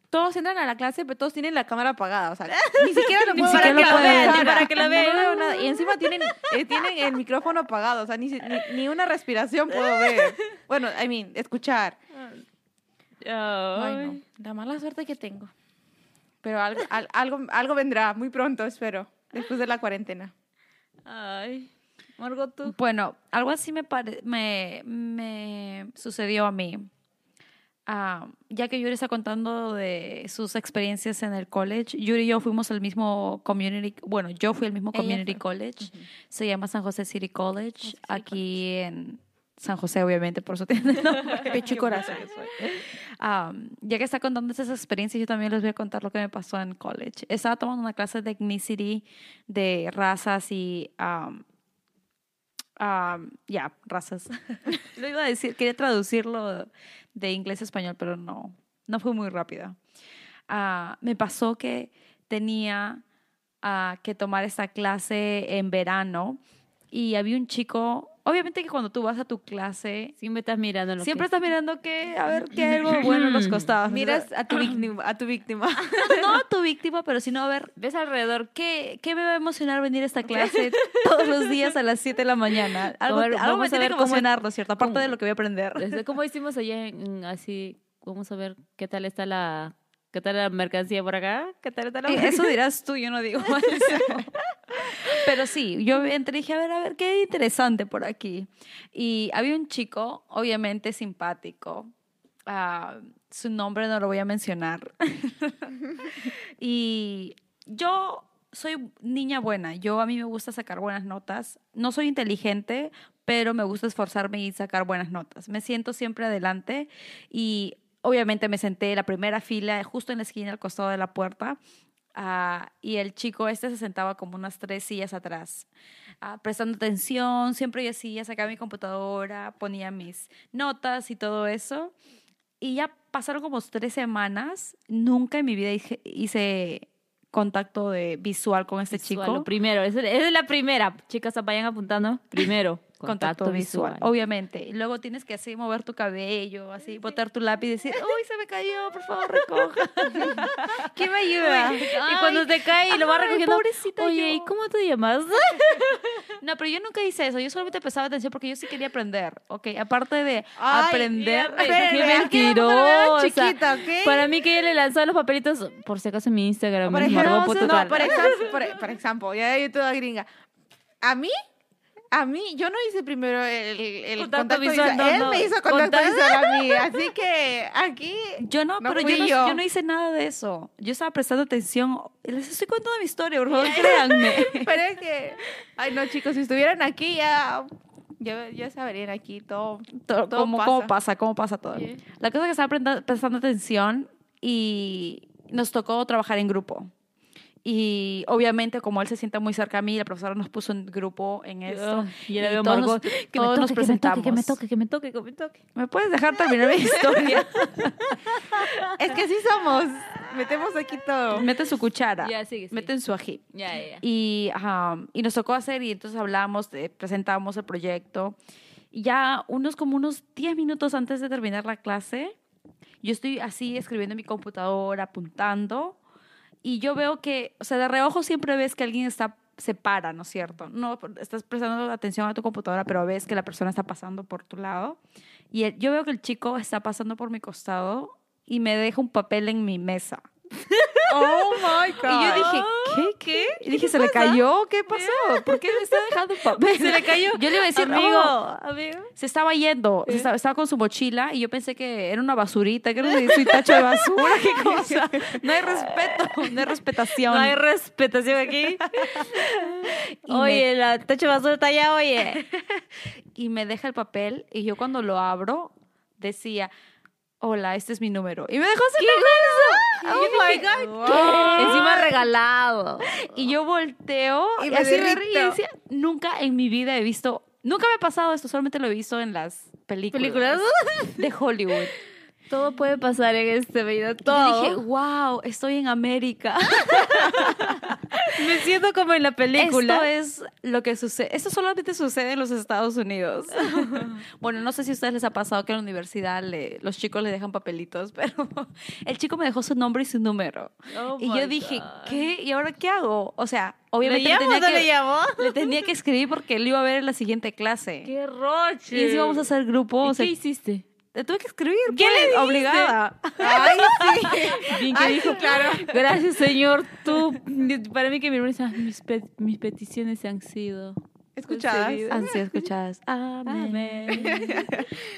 Speaker 3: todos entran a la clase, pero todos tienen la cámara apagada. O sea, ni siquiera lo
Speaker 1: Ni
Speaker 3: puedo ver
Speaker 1: siquiera
Speaker 3: a
Speaker 1: lo
Speaker 3: la
Speaker 1: pueden ver,
Speaker 3: cara.
Speaker 1: ni para que la
Speaker 3: No,
Speaker 1: vean.
Speaker 3: no veo nada. Y encima tienen, eh, tienen el micrófono apagado. O sea, ni, se- ni, ni una respiración puedo ver. Bueno, I mean, escuchar. Ay, no.
Speaker 1: Ay,
Speaker 3: La mala suerte que tengo. Pero algo, al- algo, algo vendrá muy pronto, espero. Después de la cuarentena.
Speaker 1: ay. Margot, tú.
Speaker 2: Bueno, algo así me, pare- me, me sucedió a mí. Ah, ya que Yuri está contando de sus experiencias en el college, Yuri y yo fuimos al mismo community, bueno, yo fui al mismo
Speaker 3: Ella
Speaker 2: community
Speaker 3: fue.
Speaker 2: college, se llama San José City College,
Speaker 3: San José City
Speaker 2: aquí en San José, obviamente, por eso tiene el nombre.
Speaker 3: Pecho y corazón.
Speaker 2: Am, ya que está contando esas experiencias, yo también les voy a contar lo que me pasó en college. Estaba tomando una clase de ethnicity, de razas y... am, am, Ah, ya, razas. lo iba a decir, quería traducirlo de inglés a español, pero no, no fue muy rápido. Ah, me pasó que tenía ah, que tomar esta clase en verano y había un chico... Obviamente que cuando tú vas a tu clase
Speaker 1: Siempre estás mirando lo
Speaker 2: Siempre
Speaker 1: que
Speaker 2: estás mirando que, a ver, qué algo bueno nos costaba.
Speaker 3: Miras a tu víctima. A tu víctima.
Speaker 2: no a tu víctima, pero sino a ver, ves alrededor, ¿qué, qué me va a emocionar venir a esta clase todos los días a las 7 de la mañana? Algo,
Speaker 1: A ver,
Speaker 2: algo
Speaker 1: vamos
Speaker 2: me
Speaker 1: a
Speaker 2: tiene
Speaker 1: ver
Speaker 2: que
Speaker 1: cómo-
Speaker 2: emocionarlo, ¿cierto? Aparte
Speaker 1: cómo-
Speaker 2: de lo que voy a aprender.
Speaker 1: Este, como hicimos allá en- en- así, vamos a ver qué tal está la qué tal la mercancía por acá, qué tal está la
Speaker 2: Eh, Eso dirás tú, yo no digo eso. Pero sí, yo entré y dije, a ver, a ver, qué interesante por aquí. Y había un chico, obviamente simpático. ah, su nombre no lo voy a mencionar. y yo soy niña buena. Yo a mí me gusta sacar buenas notas. No soy inteligente, pero me gusta esforzarme y sacar buenas notas. Me siento siempre adelante y obviamente me senté en la primera fila, justo en la esquina al costado de la puerta. Ah, y el chico este se sentaba como unas tres sillas atrás, ah, prestando atención, siempre yo así, ya sacaba mi computadora, ponía mis notas y todo eso. Y ya pasaron como tres semanas, nunca en mi vida hice, hice contacto de visual con este
Speaker 1: Visual,
Speaker 2: chico.
Speaker 1: lo primero, esa esa es la primera. Chicas, vayan apuntando. Primero,
Speaker 2: contacto, visual. Obviamente. Y luego tienes que así mover tu cabello, así botar tu lápiz y decir, uy, se me cayó, por favor, recoja.
Speaker 3: ¿Quién me ayuda?
Speaker 1: y cuando te cae y lo va
Speaker 2: ay,
Speaker 1: recogiendo,
Speaker 2: pobrecita
Speaker 1: oye,
Speaker 2: yo".
Speaker 1: ¿y cómo te llamas?
Speaker 2: No, pero yo nunca hice eso. Yo solamente prestaba atención porque yo sí quería aprender, ¿ok? Aparte de
Speaker 3: Ay,
Speaker 2: aprender.
Speaker 1: Ay,
Speaker 3: Espérate,
Speaker 1: qué
Speaker 3: aquí la mujer
Speaker 1: mentirosa.
Speaker 3: era chiquita, ¿ok?
Speaker 1: Para mí que ella le lanzaba los papelitos, por si acaso en mi Instagram,
Speaker 3: Por
Speaker 1: es
Speaker 3: ejemplo,
Speaker 1: Margot
Speaker 3: no,
Speaker 1: Total.
Speaker 3: por ejemplo, por, por ejemplo, ya yo toda gringa. A mí, a mí, yo no hice primero el, el
Speaker 1: Contacto
Speaker 3: contacto,
Speaker 1: visual,
Speaker 3: visual.
Speaker 1: no,
Speaker 3: Él
Speaker 1: no.
Speaker 3: me hizo contacto,
Speaker 1: Contacto-
Speaker 3: visual a mí, así que aquí.
Speaker 2: Yo no,
Speaker 3: No
Speaker 2: pero yo
Speaker 3: fui
Speaker 2: no,
Speaker 3: yo.
Speaker 2: yo no hice nada de eso. Yo estaba prestando atención. Les estoy contando mi historia, por favor, créanme.
Speaker 3: Pero es que, ay no chicos, si estuvieran aquí ya, ya, ya saberían aquí todo.
Speaker 2: to-
Speaker 3: Todo
Speaker 2: cómo,
Speaker 3: pasa.
Speaker 2: cómo pasa, cómo pasa todo.
Speaker 1: Yeah.
Speaker 2: La cosa es que estaba prenda- prestando atención y nos tocó trabajar en grupo. Y obviamente, como él se sienta muy cerca a mí, la profesora nos puso en grupo en esto.
Speaker 1: y yo la
Speaker 2: y
Speaker 1: veo a
Speaker 2: todos
Speaker 1: Margot,
Speaker 2: nos-
Speaker 1: que me
Speaker 2: todos nos
Speaker 1: toque, que me toque, que me
Speaker 2: presentamos.
Speaker 1: toque, que me toque, que me toque.
Speaker 2: ¿Me puedes dejar terminar mi historia?
Speaker 3: Es que sí somos. Metemos aquí todo.
Speaker 2: Mete su cuchara.
Speaker 1: Ya, sigue, sigue.
Speaker 2: Meten su ají.
Speaker 1: Ya, ya, ya.
Speaker 2: Y, ajá, y nos tocó hacer y entonces hablamos, eh, presentamos el proyecto. Y ya unos como unos 10 minutos antes de terminar la clase, yo estoy así escribiendo en mi computadora, apuntando. Y yo veo que, o sea, de reojo siempre ves que alguien está, se para, ¿no es cierto? No estás prestando atención a tu computadora, pero ves que la persona está pasando por tu lado. Y el- yo veo que el chico está pasando por mi costado y me deja un papel en mi mesa.
Speaker 3: Oh my
Speaker 2: Y yo dije, ¿qué? ¿Qué? Y dije, ¿se le cayó? ¿Qué pasó? ¿Por qué me está dejando un papel?
Speaker 1: Se le cayó.
Speaker 2: Yo le iba a decir,
Speaker 1: amigo,
Speaker 2: "Oh".
Speaker 1: amigo.
Speaker 2: se estaba yendo, se estaba, estaba con su mochila y yo pensé que era una basurita, que era un su tacho de basura, qué cosa. No hay respeto, no hay respetación.
Speaker 1: No hay respetación aquí.
Speaker 2: Y me-
Speaker 1: oye, la tacha de basura está allá, oye.
Speaker 2: y me deja el papel y yo cuando lo abro decía, hola, este es mi número. Y me dejó ese papel.
Speaker 1: Oh my God. Encima regalado.
Speaker 2: Y yo volteo
Speaker 3: Y
Speaker 2: y
Speaker 3: me
Speaker 2: así me reí y
Speaker 3: derrito.
Speaker 2: decía, nunca en mi vida he visto, nunca me ha pasado esto, solamente lo he visto en las películas,
Speaker 1: ¿Películas?
Speaker 2: pues. de Hollywood.
Speaker 1: Todo puede pasar en este video,
Speaker 2: Y yo
Speaker 1: todo.
Speaker 2: dije, wow, estoy en América.
Speaker 1: me siento como en la
Speaker 2: Esto es lo que sucede. Esto solamente sucede en los Estados Unidos. bueno, no sé si a ustedes les ha pasado que en la universidad le- los chicos le dejan papelitos, pero el chico me dejó su nombre y su número.
Speaker 1: Oh
Speaker 2: y yo
Speaker 1: my
Speaker 2: dije,
Speaker 1: God.
Speaker 2: ¿qué? ¿Y ahora qué hago? O sea,
Speaker 1: ¿Le
Speaker 2: obviamente
Speaker 1: llamo o
Speaker 2: tenía
Speaker 1: no
Speaker 2: que,
Speaker 1: le llamo?
Speaker 2: le tenía que escribir porque lo iba a ver en la siguiente clase.
Speaker 1: ¡Qué roche!
Speaker 2: Y si vamos a hacer grupo, o sea,
Speaker 1: ¿Qué hiciste?
Speaker 2: le tuve que escribir.
Speaker 1: ¿Qué le
Speaker 2: pues,
Speaker 1: dijiste?
Speaker 2: Obligada.
Speaker 3: Ay, sí.
Speaker 1: Bien
Speaker 3: Ay, claro.
Speaker 1: Gracias, señor. Tú, para mí que mi hermano dice, "Ah, mis, pe- mis peticiones han sido.
Speaker 3: Escuchadas.
Speaker 1: Concebida.
Speaker 2: Han sido escuchadas.
Speaker 1: Amén.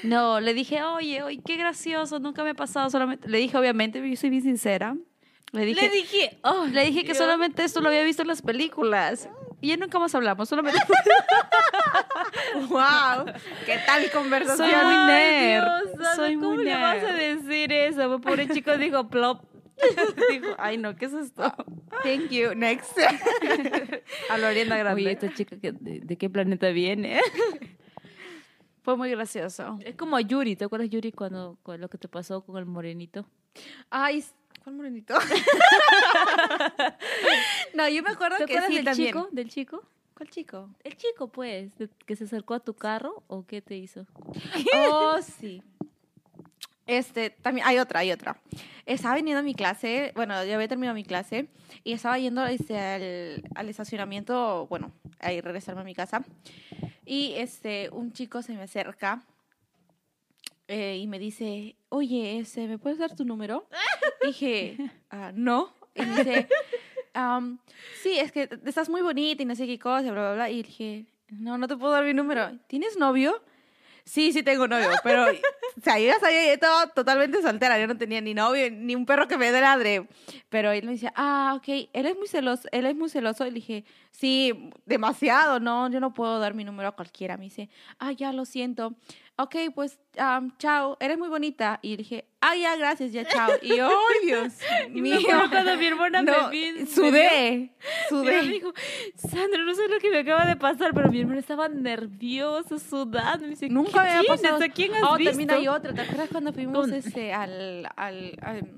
Speaker 2: No, le dije, oye, oye, qué gracioso, nunca me ha pasado, solamente... Le dije, obviamente, yo soy bien sincera. Le dije,
Speaker 1: Le dije, oh,
Speaker 2: le dije que
Speaker 1: Dios.
Speaker 2: solamente esto lo había visto en las películas. Y ya nunca más hablamos, solamente...
Speaker 3: Wow. ¿Qué tal conversación?
Speaker 2: Soy muy
Speaker 1: Ay,
Speaker 2: nerd.
Speaker 1: Dios,
Speaker 2: Soy
Speaker 1: ¿Cómo
Speaker 2: muy
Speaker 1: le vas a
Speaker 2: nerd.
Speaker 1: decir eso? Pues, Pobre chico dijo plop.
Speaker 2: Dijo, ay, no, ¿qué es esto?
Speaker 3: Thank you. Next.
Speaker 2: A la Orienda Grande.
Speaker 1: Oye, esta chica, que- de, de qué planeta viene?
Speaker 2: Fue muy gracioso.
Speaker 1: Es como Yuri, ¿te acuerdas Yuri cuando con lo que te pasó con el morenito?
Speaker 3: Ay, s- ¿cuál morenito? no, yo me acuerdo
Speaker 1: ¿Te
Speaker 3: que
Speaker 1: acuerdas
Speaker 3: sí
Speaker 1: del
Speaker 3: también.
Speaker 1: chico? ¿Del chico?
Speaker 3: ¿Cuál chico?
Speaker 1: El chico, pues, de- que se acercó a tu carro o qué te hizo?
Speaker 3: Oh, sí. Este, también hay otra, hay otra. Estaba viniendo a mi clase, bueno, ya había terminado mi clase y estaba yendo este, al, al estacionamiento, bueno, ahí regresarme a mi casa. Y este, un chico se me acerca eh, y me dice, oye, este, ¿me puedes dar tu número? Dije, "Ah, no. Y me dice, "Am, sí, es que estás muy bonita y no sé qué cosa, bla, bla, bla. Y dije, no, no te puedo dar mi número. ¿Tienes novio? Sí, sí tengo novio, pero o sea, yo ya sabía, yo estaba totalmente soltera, yo no tenía ni novio, ni un perro que me ladre. Pero él me decía, ah, ok, él es muy celoso, él es muy celoso. Y le dije, sí, demasiado, no, yo no puedo dar mi número a cualquiera. Me dice, ah, ya, lo siento. Ok, pues, am, chao, eres muy bonita. Y le dije, ah, ya, gracias, ya, chao. Y, oh, Dios mío.
Speaker 1: cuando mi hermana
Speaker 3: No,
Speaker 1: me vi- me vio,
Speaker 3: sudé,
Speaker 1: mi hermana me
Speaker 3: sudé.
Speaker 1: dijo, Sandra, no sé lo que me acaba de pasar, pero mi hermana estaba nerviosa, sudando. Me dice,
Speaker 3: Nunca me había
Speaker 1: ¿quién es?
Speaker 3: pasado.
Speaker 1: ¿A quién has
Speaker 3: Oh,
Speaker 1: visto?
Speaker 3: también hay otra. ¿Te acuerdas cuando fuimos
Speaker 1: Con-
Speaker 3: este, al, al, al-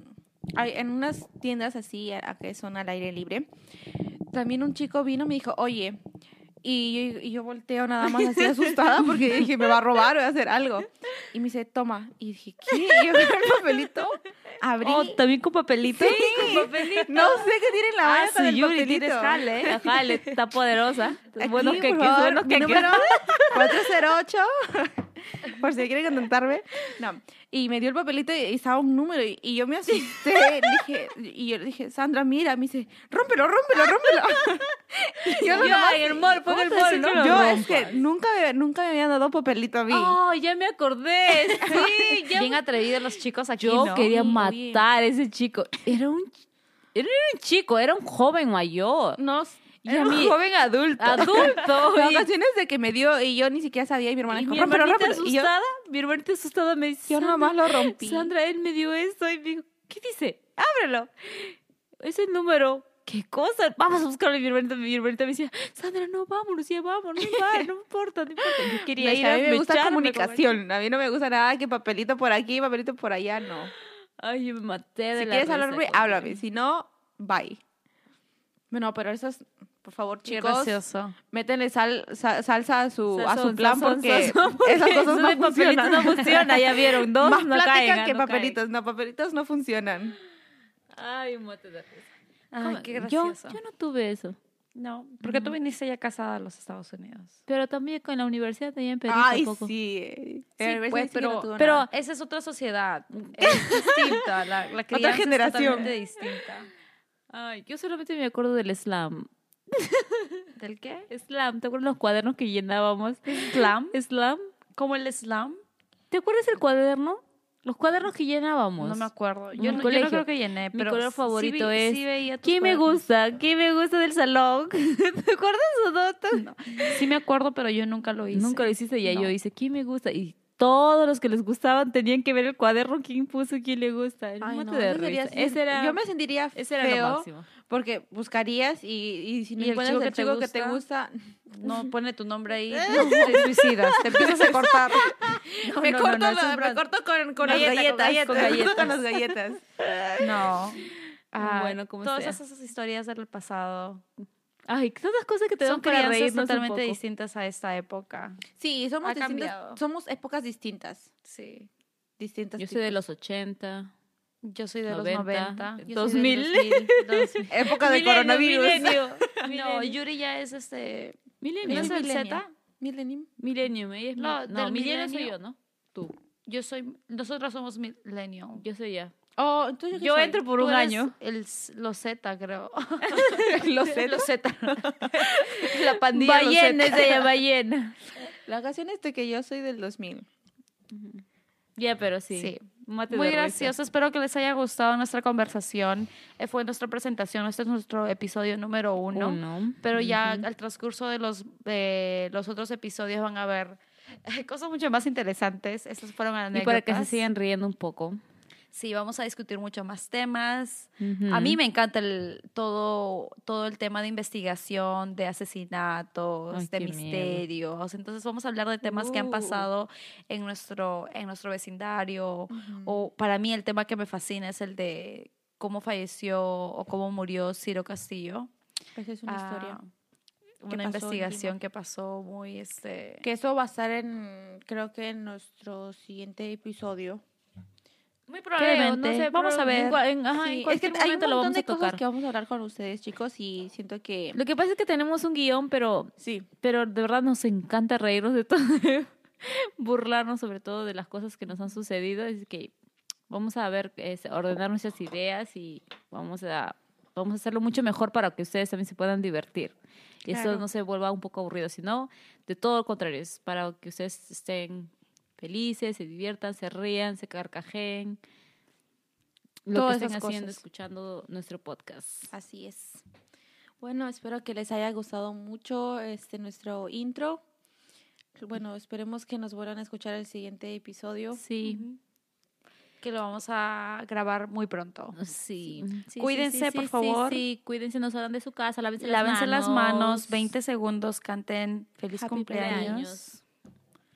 Speaker 3: ay, en unas tiendas así, a, a que son al aire libre? También un chico vino y me dijo, oye, y yo, y yo volteo nada más así asustada porque dije, me va a robar, voy a hacer algo. Y me dice, toma. Y dije, ¿qué? Y yo agarré el papelito, abrí.
Speaker 2: Oh, ¿también con papelitos?
Speaker 3: Sí. No sé qué tiene en la
Speaker 2: Ah,
Speaker 3: mano
Speaker 2: su
Speaker 3: con el
Speaker 2: Yuri, tienes
Speaker 3: papelito.
Speaker 2: jale.
Speaker 1: Ajá, le- está poderosa.
Speaker 3: Aquí,
Speaker 1: Bueno que,
Speaker 3: por
Speaker 1: que-
Speaker 3: favor,
Speaker 1: bueno
Speaker 3: mi
Speaker 1: que, que-
Speaker 3: número 408, por si quieren contactarme. No, y me dio el papelito y, y estaba un número y, y yo me asusté. dije, y yo le dije, Sandra, mira, me dice, rómpelo, rómpelo, rómpelo. Y yo
Speaker 1: Yo, ay, el mol, pon
Speaker 2: ¿cómo
Speaker 1: el
Speaker 2: te vas a
Speaker 1: mol,
Speaker 2: decir
Speaker 1: ¿no?
Speaker 2: que
Speaker 3: Yo
Speaker 2: lo
Speaker 3: es que nunca me, nunca me habían dado papelito a mí.
Speaker 1: Oh, ya me acordé. Sí, ya.
Speaker 2: Bien atrevidos los chicos aquí,
Speaker 1: Yo
Speaker 2: ¿no?
Speaker 1: quería
Speaker 3: Sí, oye.
Speaker 1: matar a ese chico. Era un, era un chico, era un joven mayor.
Speaker 3: No, s-
Speaker 1: Y
Speaker 3: era
Speaker 1: a
Speaker 3: un
Speaker 1: mí-
Speaker 3: joven adulto.
Speaker 1: Adulto.
Speaker 3: Las
Speaker 1: y-
Speaker 3: ocasiones de que me dio y yo ni siquiera sabía y mi hermana
Speaker 1: y
Speaker 3: dijo,
Speaker 1: mi
Speaker 3: rómpelo,
Speaker 1: hermanita
Speaker 3: rómpelo. Y yo,
Speaker 1: asustada, mi hermanita asustada me dice,
Speaker 3: yo
Speaker 1: "Sandra,
Speaker 3: nomás lo rompí.
Speaker 1: Sandra, él me dio esto y me dijo, ¿qué dice? Ábrelo. Es el número. ¿qué cosa? Vamos a buscarlo. Y mi hermanita, mi hermanita me decía, Sandra, no, vámonos, ya vámonos, no, va, no importa, no importa. Yo quería
Speaker 3: No, es
Speaker 1: ir
Speaker 3: que
Speaker 1: a,
Speaker 3: a mí me gusta
Speaker 1: mecharme
Speaker 3: la
Speaker 1: con
Speaker 3: comunicación. A mí no me gusta nada que papelito por aquí, papelito por allá, no.
Speaker 1: Ay, yo me maté de
Speaker 3: Si
Speaker 1: la
Speaker 3: quieres
Speaker 1: risa
Speaker 3: hablarme,
Speaker 1: con él.
Speaker 3: háblame. Si no, bye. Bueno, pero eso es, por favor,
Speaker 2: Qué
Speaker 3: chicos,
Speaker 2: gracioso.
Speaker 3: métenle sal, sa- salsa a su, a su
Speaker 1: Sazón,
Speaker 3: plan
Speaker 1: sazón,
Speaker 3: porque
Speaker 1: sazón,
Speaker 3: esas
Speaker 1: porque
Speaker 3: cosas
Speaker 1: eso
Speaker 3: no
Speaker 1: de papelitos
Speaker 3: funcionan.
Speaker 1: no funciona, ya vieron, dos
Speaker 3: Más
Speaker 1: no
Speaker 3: plática
Speaker 1: caigan,
Speaker 3: que
Speaker 1: no
Speaker 3: papelitos. No, papelitos no funcionan.
Speaker 1: Ay, mate de risa.
Speaker 2: Ay,
Speaker 1: ¿Cómo?
Speaker 2: qué
Speaker 1: Yo-
Speaker 2: gracioso.
Speaker 1: Yo, no tuve eso,
Speaker 2: no, porque tú viniste ya casada a los Estados Unidos.
Speaker 1: pero también con la universidad también pedí
Speaker 3: Ay,
Speaker 1: tampoco.
Speaker 3: sí. eh.
Speaker 2: Sí,
Speaker 3: Eh,
Speaker 2: pues,
Speaker 3: sí que no
Speaker 2: pero-
Speaker 3: tuvo
Speaker 1: pero-
Speaker 3: nada.
Speaker 2: Esa es otra sociedad. Es distinta. La, la crianza es
Speaker 3: generación.
Speaker 2: totalmente distinta.
Speaker 1: Ay, yo solamente me acuerdo del slam.
Speaker 2: ¿Del qué?
Speaker 1: Slam, ¿te acuerdas los cuadernos que llenábamos?
Speaker 2: ¿Slam?
Speaker 1: Slam,
Speaker 2: ¿Como el slam?
Speaker 1: ¿te acuerdas el cuaderno? Los cuadernos que llenábamos.
Speaker 2: No me acuerdo.
Speaker 1: Mi
Speaker 2: Yo, no, yo no
Speaker 1: colegio.
Speaker 2: creo que llené,
Speaker 1: Mi
Speaker 2: pero
Speaker 1: color
Speaker 2: sí
Speaker 1: favorito
Speaker 2: vi-
Speaker 1: es-
Speaker 2: sí veía tus
Speaker 1: ¿Quién me
Speaker 2: cuadernos.
Speaker 1: gusta? ¿Quién me gusta del salón? ¿Te acuerdas o no? ¿Te-
Speaker 2: Sí me acuerdo, pero yo nunca lo hice.
Speaker 1: Nunca lo hiciste y ahí
Speaker 2: No.
Speaker 1: yo hice, ¿quién me gusta? Y todos los que les gustaban tenían que ver el cuaderno, quién puso, quién le gusta. Era un
Speaker 3: Ay,
Speaker 1: mate
Speaker 3: no,
Speaker 1: de
Speaker 3: eso sería
Speaker 1: risa.
Speaker 3: así-
Speaker 1: Ese era,
Speaker 3: yo me sentiría
Speaker 1: ese era
Speaker 3: feo
Speaker 1: lo máximo.
Speaker 3: porque buscarías y, y si no
Speaker 2: ¿Y el
Speaker 3: encuentras
Speaker 2: chico
Speaker 3: el
Speaker 2: que te
Speaker 3: chico que te
Speaker 2: gusta?
Speaker 3: gusta,
Speaker 2: No, pone tu nombre ahí.
Speaker 3: no, te suicidas, te empiezas a cortar.
Speaker 2: No,
Speaker 3: me,
Speaker 2: no, no,
Speaker 3: corto
Speaker 2: no, eso
Speaker 3: la-
Speaker 2: es
Speaker 3: me
Speaker 2: más-
Speaker 3: corto con, con
Speaker 2: Las
Speaker 3: las galletas,
Speaker 2: galletas, con
Speaker 3: con
Speaker 2: galletas.
Speaker 3: con las galletas.
Speaker 2: No. Ah,
Speaker 1: Bueno, como
Speaker 2: todas
Speaker 1: sea.
Speaker 2: esas esas historias del pasado
Speaker 1: Ay, tantas cosas que te
Speaker 2: son
Speaker 1: dan para
Speaker 2: crianzas
Speaker 1: reírnos un
Speaker 2: totalmente
Speaker 1: poco.
Speaker 2: distintas a esta época.
Speaker 3: Sí, somos
Speaker 2: Ha
Speaker 3: distintas-
Speaker 2: cambiado.
Speaker 3: somos épocas distintas,
Speaker 2: Sí.
Speaker 3: distintas.
Speaker 1: Yo soy de
Speaker 3: tipos.
Speaker 1: los 80.
Speaker 2: Yo soy de
Speaker 1: 90,
Speaker 2: los 90.
Speaker 3: Yo soy
Speaker 1: 2000.
Speaker 3: del 2000.
Speaker 2: 2000.
Speaker 3: época del
Speaker 1: Milenio,
Speaker 3: coronavirus.
Speaker 1: Milenio.
Speaker 2: No,
Speaker 1: Milenio.
Speaker 2: Yuri ya es este.
Speaker 1: Milenio.
Speaker 2: ¿No es el
Speaker 3: millennial.
Speaker 2: Z?
Speaker 3: Millennium.
Speaker 1: Millennium, ella es
Speaker 2: No,
Speaker 1: mi- no,
Speaker 2: del
Speaker 1: milenio soy
Speaker 2: milenio.
Speaker 1: yo, ¿no? Tú.
Speaker 2: Yo soy. Nosotras somos millennial.
Speaker 1: Yo soy ya.
Speaker 3: Oh, entonces
Speaker 1: Yo entro por
Speaker 2: Tú
Speaker 1: un
Speaker 2: eres
Speaker 1: año.
Speaker 2: El, s- los Z, creo.
Speaker 3: los
Speaker 2: Los Z. La pandilla. los
Speaker 1: Ballena es
Speaker 2: Z.
Speaker 1: ella, ballena.
Speaker 3: La ocasión es de que yo soy del 2000.
Speaker 1: Ya, pero sí.
Speaker 2: Sí.
Speaker 1: Mate
Speaker 2: Muy
Speaker 1: de risa.
Speaker 2: gracioso, espero que les haya gustado nuestra conversación. Eh, Fue nuestra presentación, este es nuestro episodio número uno.
Speaker 1: Uno.
Speaker 2: Pero ya al transcurso de los, de los otros episodios van a ver eh, cosas mucho más interesantes. Estas fueron anécdotas.
Speaker 1: Y para que se sigan riendo un poco.
Speaker 2: Sí, vamos a discutir mucho más temas.
Speaker 1: Ujú.
Speaker 2: A mí me encanta el, todo, todo el tema de investigación, de asesinatos,
Speaker 1: Ay,
Speaker 2: de
Speaker 1: qué miedo.
Speaker 2: misterios. Entonces vamos a hablar de temas que han
Speaker 3: Uh.
Speaker 2: pasado en nuestro, en nuestro vecindario.
Speaker 3: Oh,
Speaker 2: O para mí el tema que me fascina es el de cómo falleció o cómo murió Ciro Castillo.
Speaker 3: esa pues, es una
Speaker 2: Ah,
Speaker 3: historia.
Speaker 2: Una
Speaker 3: pasó en
Speaker 2: investigación
Speaker 3: Lima.
Speaker 2: que pasó muy este
Speaker 3: Que eso va a estar en, creo que en nuestro siguiente episodio.
Speaker 2: muy
Speaker 1: Probablemente.
Speaker 2: vamos a ver.
Speaker 1: En cua- en- ajá, en
Speaker 3: Sí, es que
Speaker 1: cualquier
Speaker 3: hay un
Speaker 1: momento
Speaker 3: montón
Speaker 1: lo vamos
Speaker 3: de
Speaker 1: a tocar.
Speaker 3: cosas que vamos a hablar con ustedes, chicos, y siento que...
Speaker 1: Lo que pasa es que tenemos un guión, pero,
Speaker 3: Sí,
Speaker 1: pero de verdad nos encanta reírnos de todo, burlarnos sobre todo de las cosas que nos han sucedido. Así que vamos a ver, es, ordenar nuestras ideas y vamos a, vamos a hacerlo mucho mejor para que ustedes también se puedan divertir. Y
Speaker 3: Claro.
Speaker 1: eso no se vuelva un poco aburrido, sino de todo lo contrario, es para que ustedes estén felices, se diviertan, se rían, se carcajeen. Lo
Speaker 3: Todas
Speaker 1: que estén
Speaker 3: esas
Speaker 1: haciendo,
Speaker 3: cosas.
Speaker 1: escuchando nuestro podcast.
Speaker 3: así es. Bueno, espero que les haya gustado mucho este nuestro intro. Bueno, esperemos que nos vuelvan a escuchar el siguiente episodio.
Speaker 1: Sí.
Speaker 2: Ujú. Que lo vamos a grabar muy pronto.
Speaker 1: Sí.
Speaker 2: Cuídense, por favor.
Speaker 1: Sí, cuídense, no salgan de su casa, lávense,
Speaker 2: Lávense
Speaker 1: las
Speaker 2: las
Speaker 1: manos.
Speaker 2: manos, 20 segundos, canten feliz
Speaker 3: Happy
Speaker 2: cumpleaños.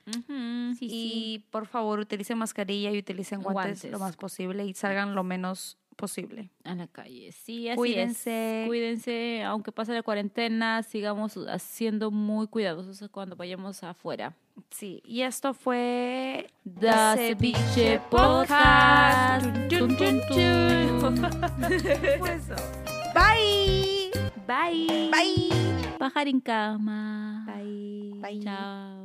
Speaker 1: Ujú.
Speaker 3: Sí, sí.
Speaker 2: Y por favor, utilicen mascarilla y utilicen guantes,
Speaker 1: Guantes.
Speaker 2: lo más posible y salgan lo menos posible.
Speaker 1: A la calle. Sí, así
Speaker 2: Cuídense.
Speaker 1: es. Cuídense, aunque pase la cuarentena, sigamos siendo muy cuidadosos cuando vayamos afuera.
Speaker 2: Sí, y esto fue
Speaker 1: The Ceviche Podcast. Tun, tun, tun.
Speaker 3: Bye.
Speaker 1: Bye.
Speaker 3: Bye.
Speaker 1: Pajarinca. Bye.
Speaker 3: Bye.
Speaker 1: Chao.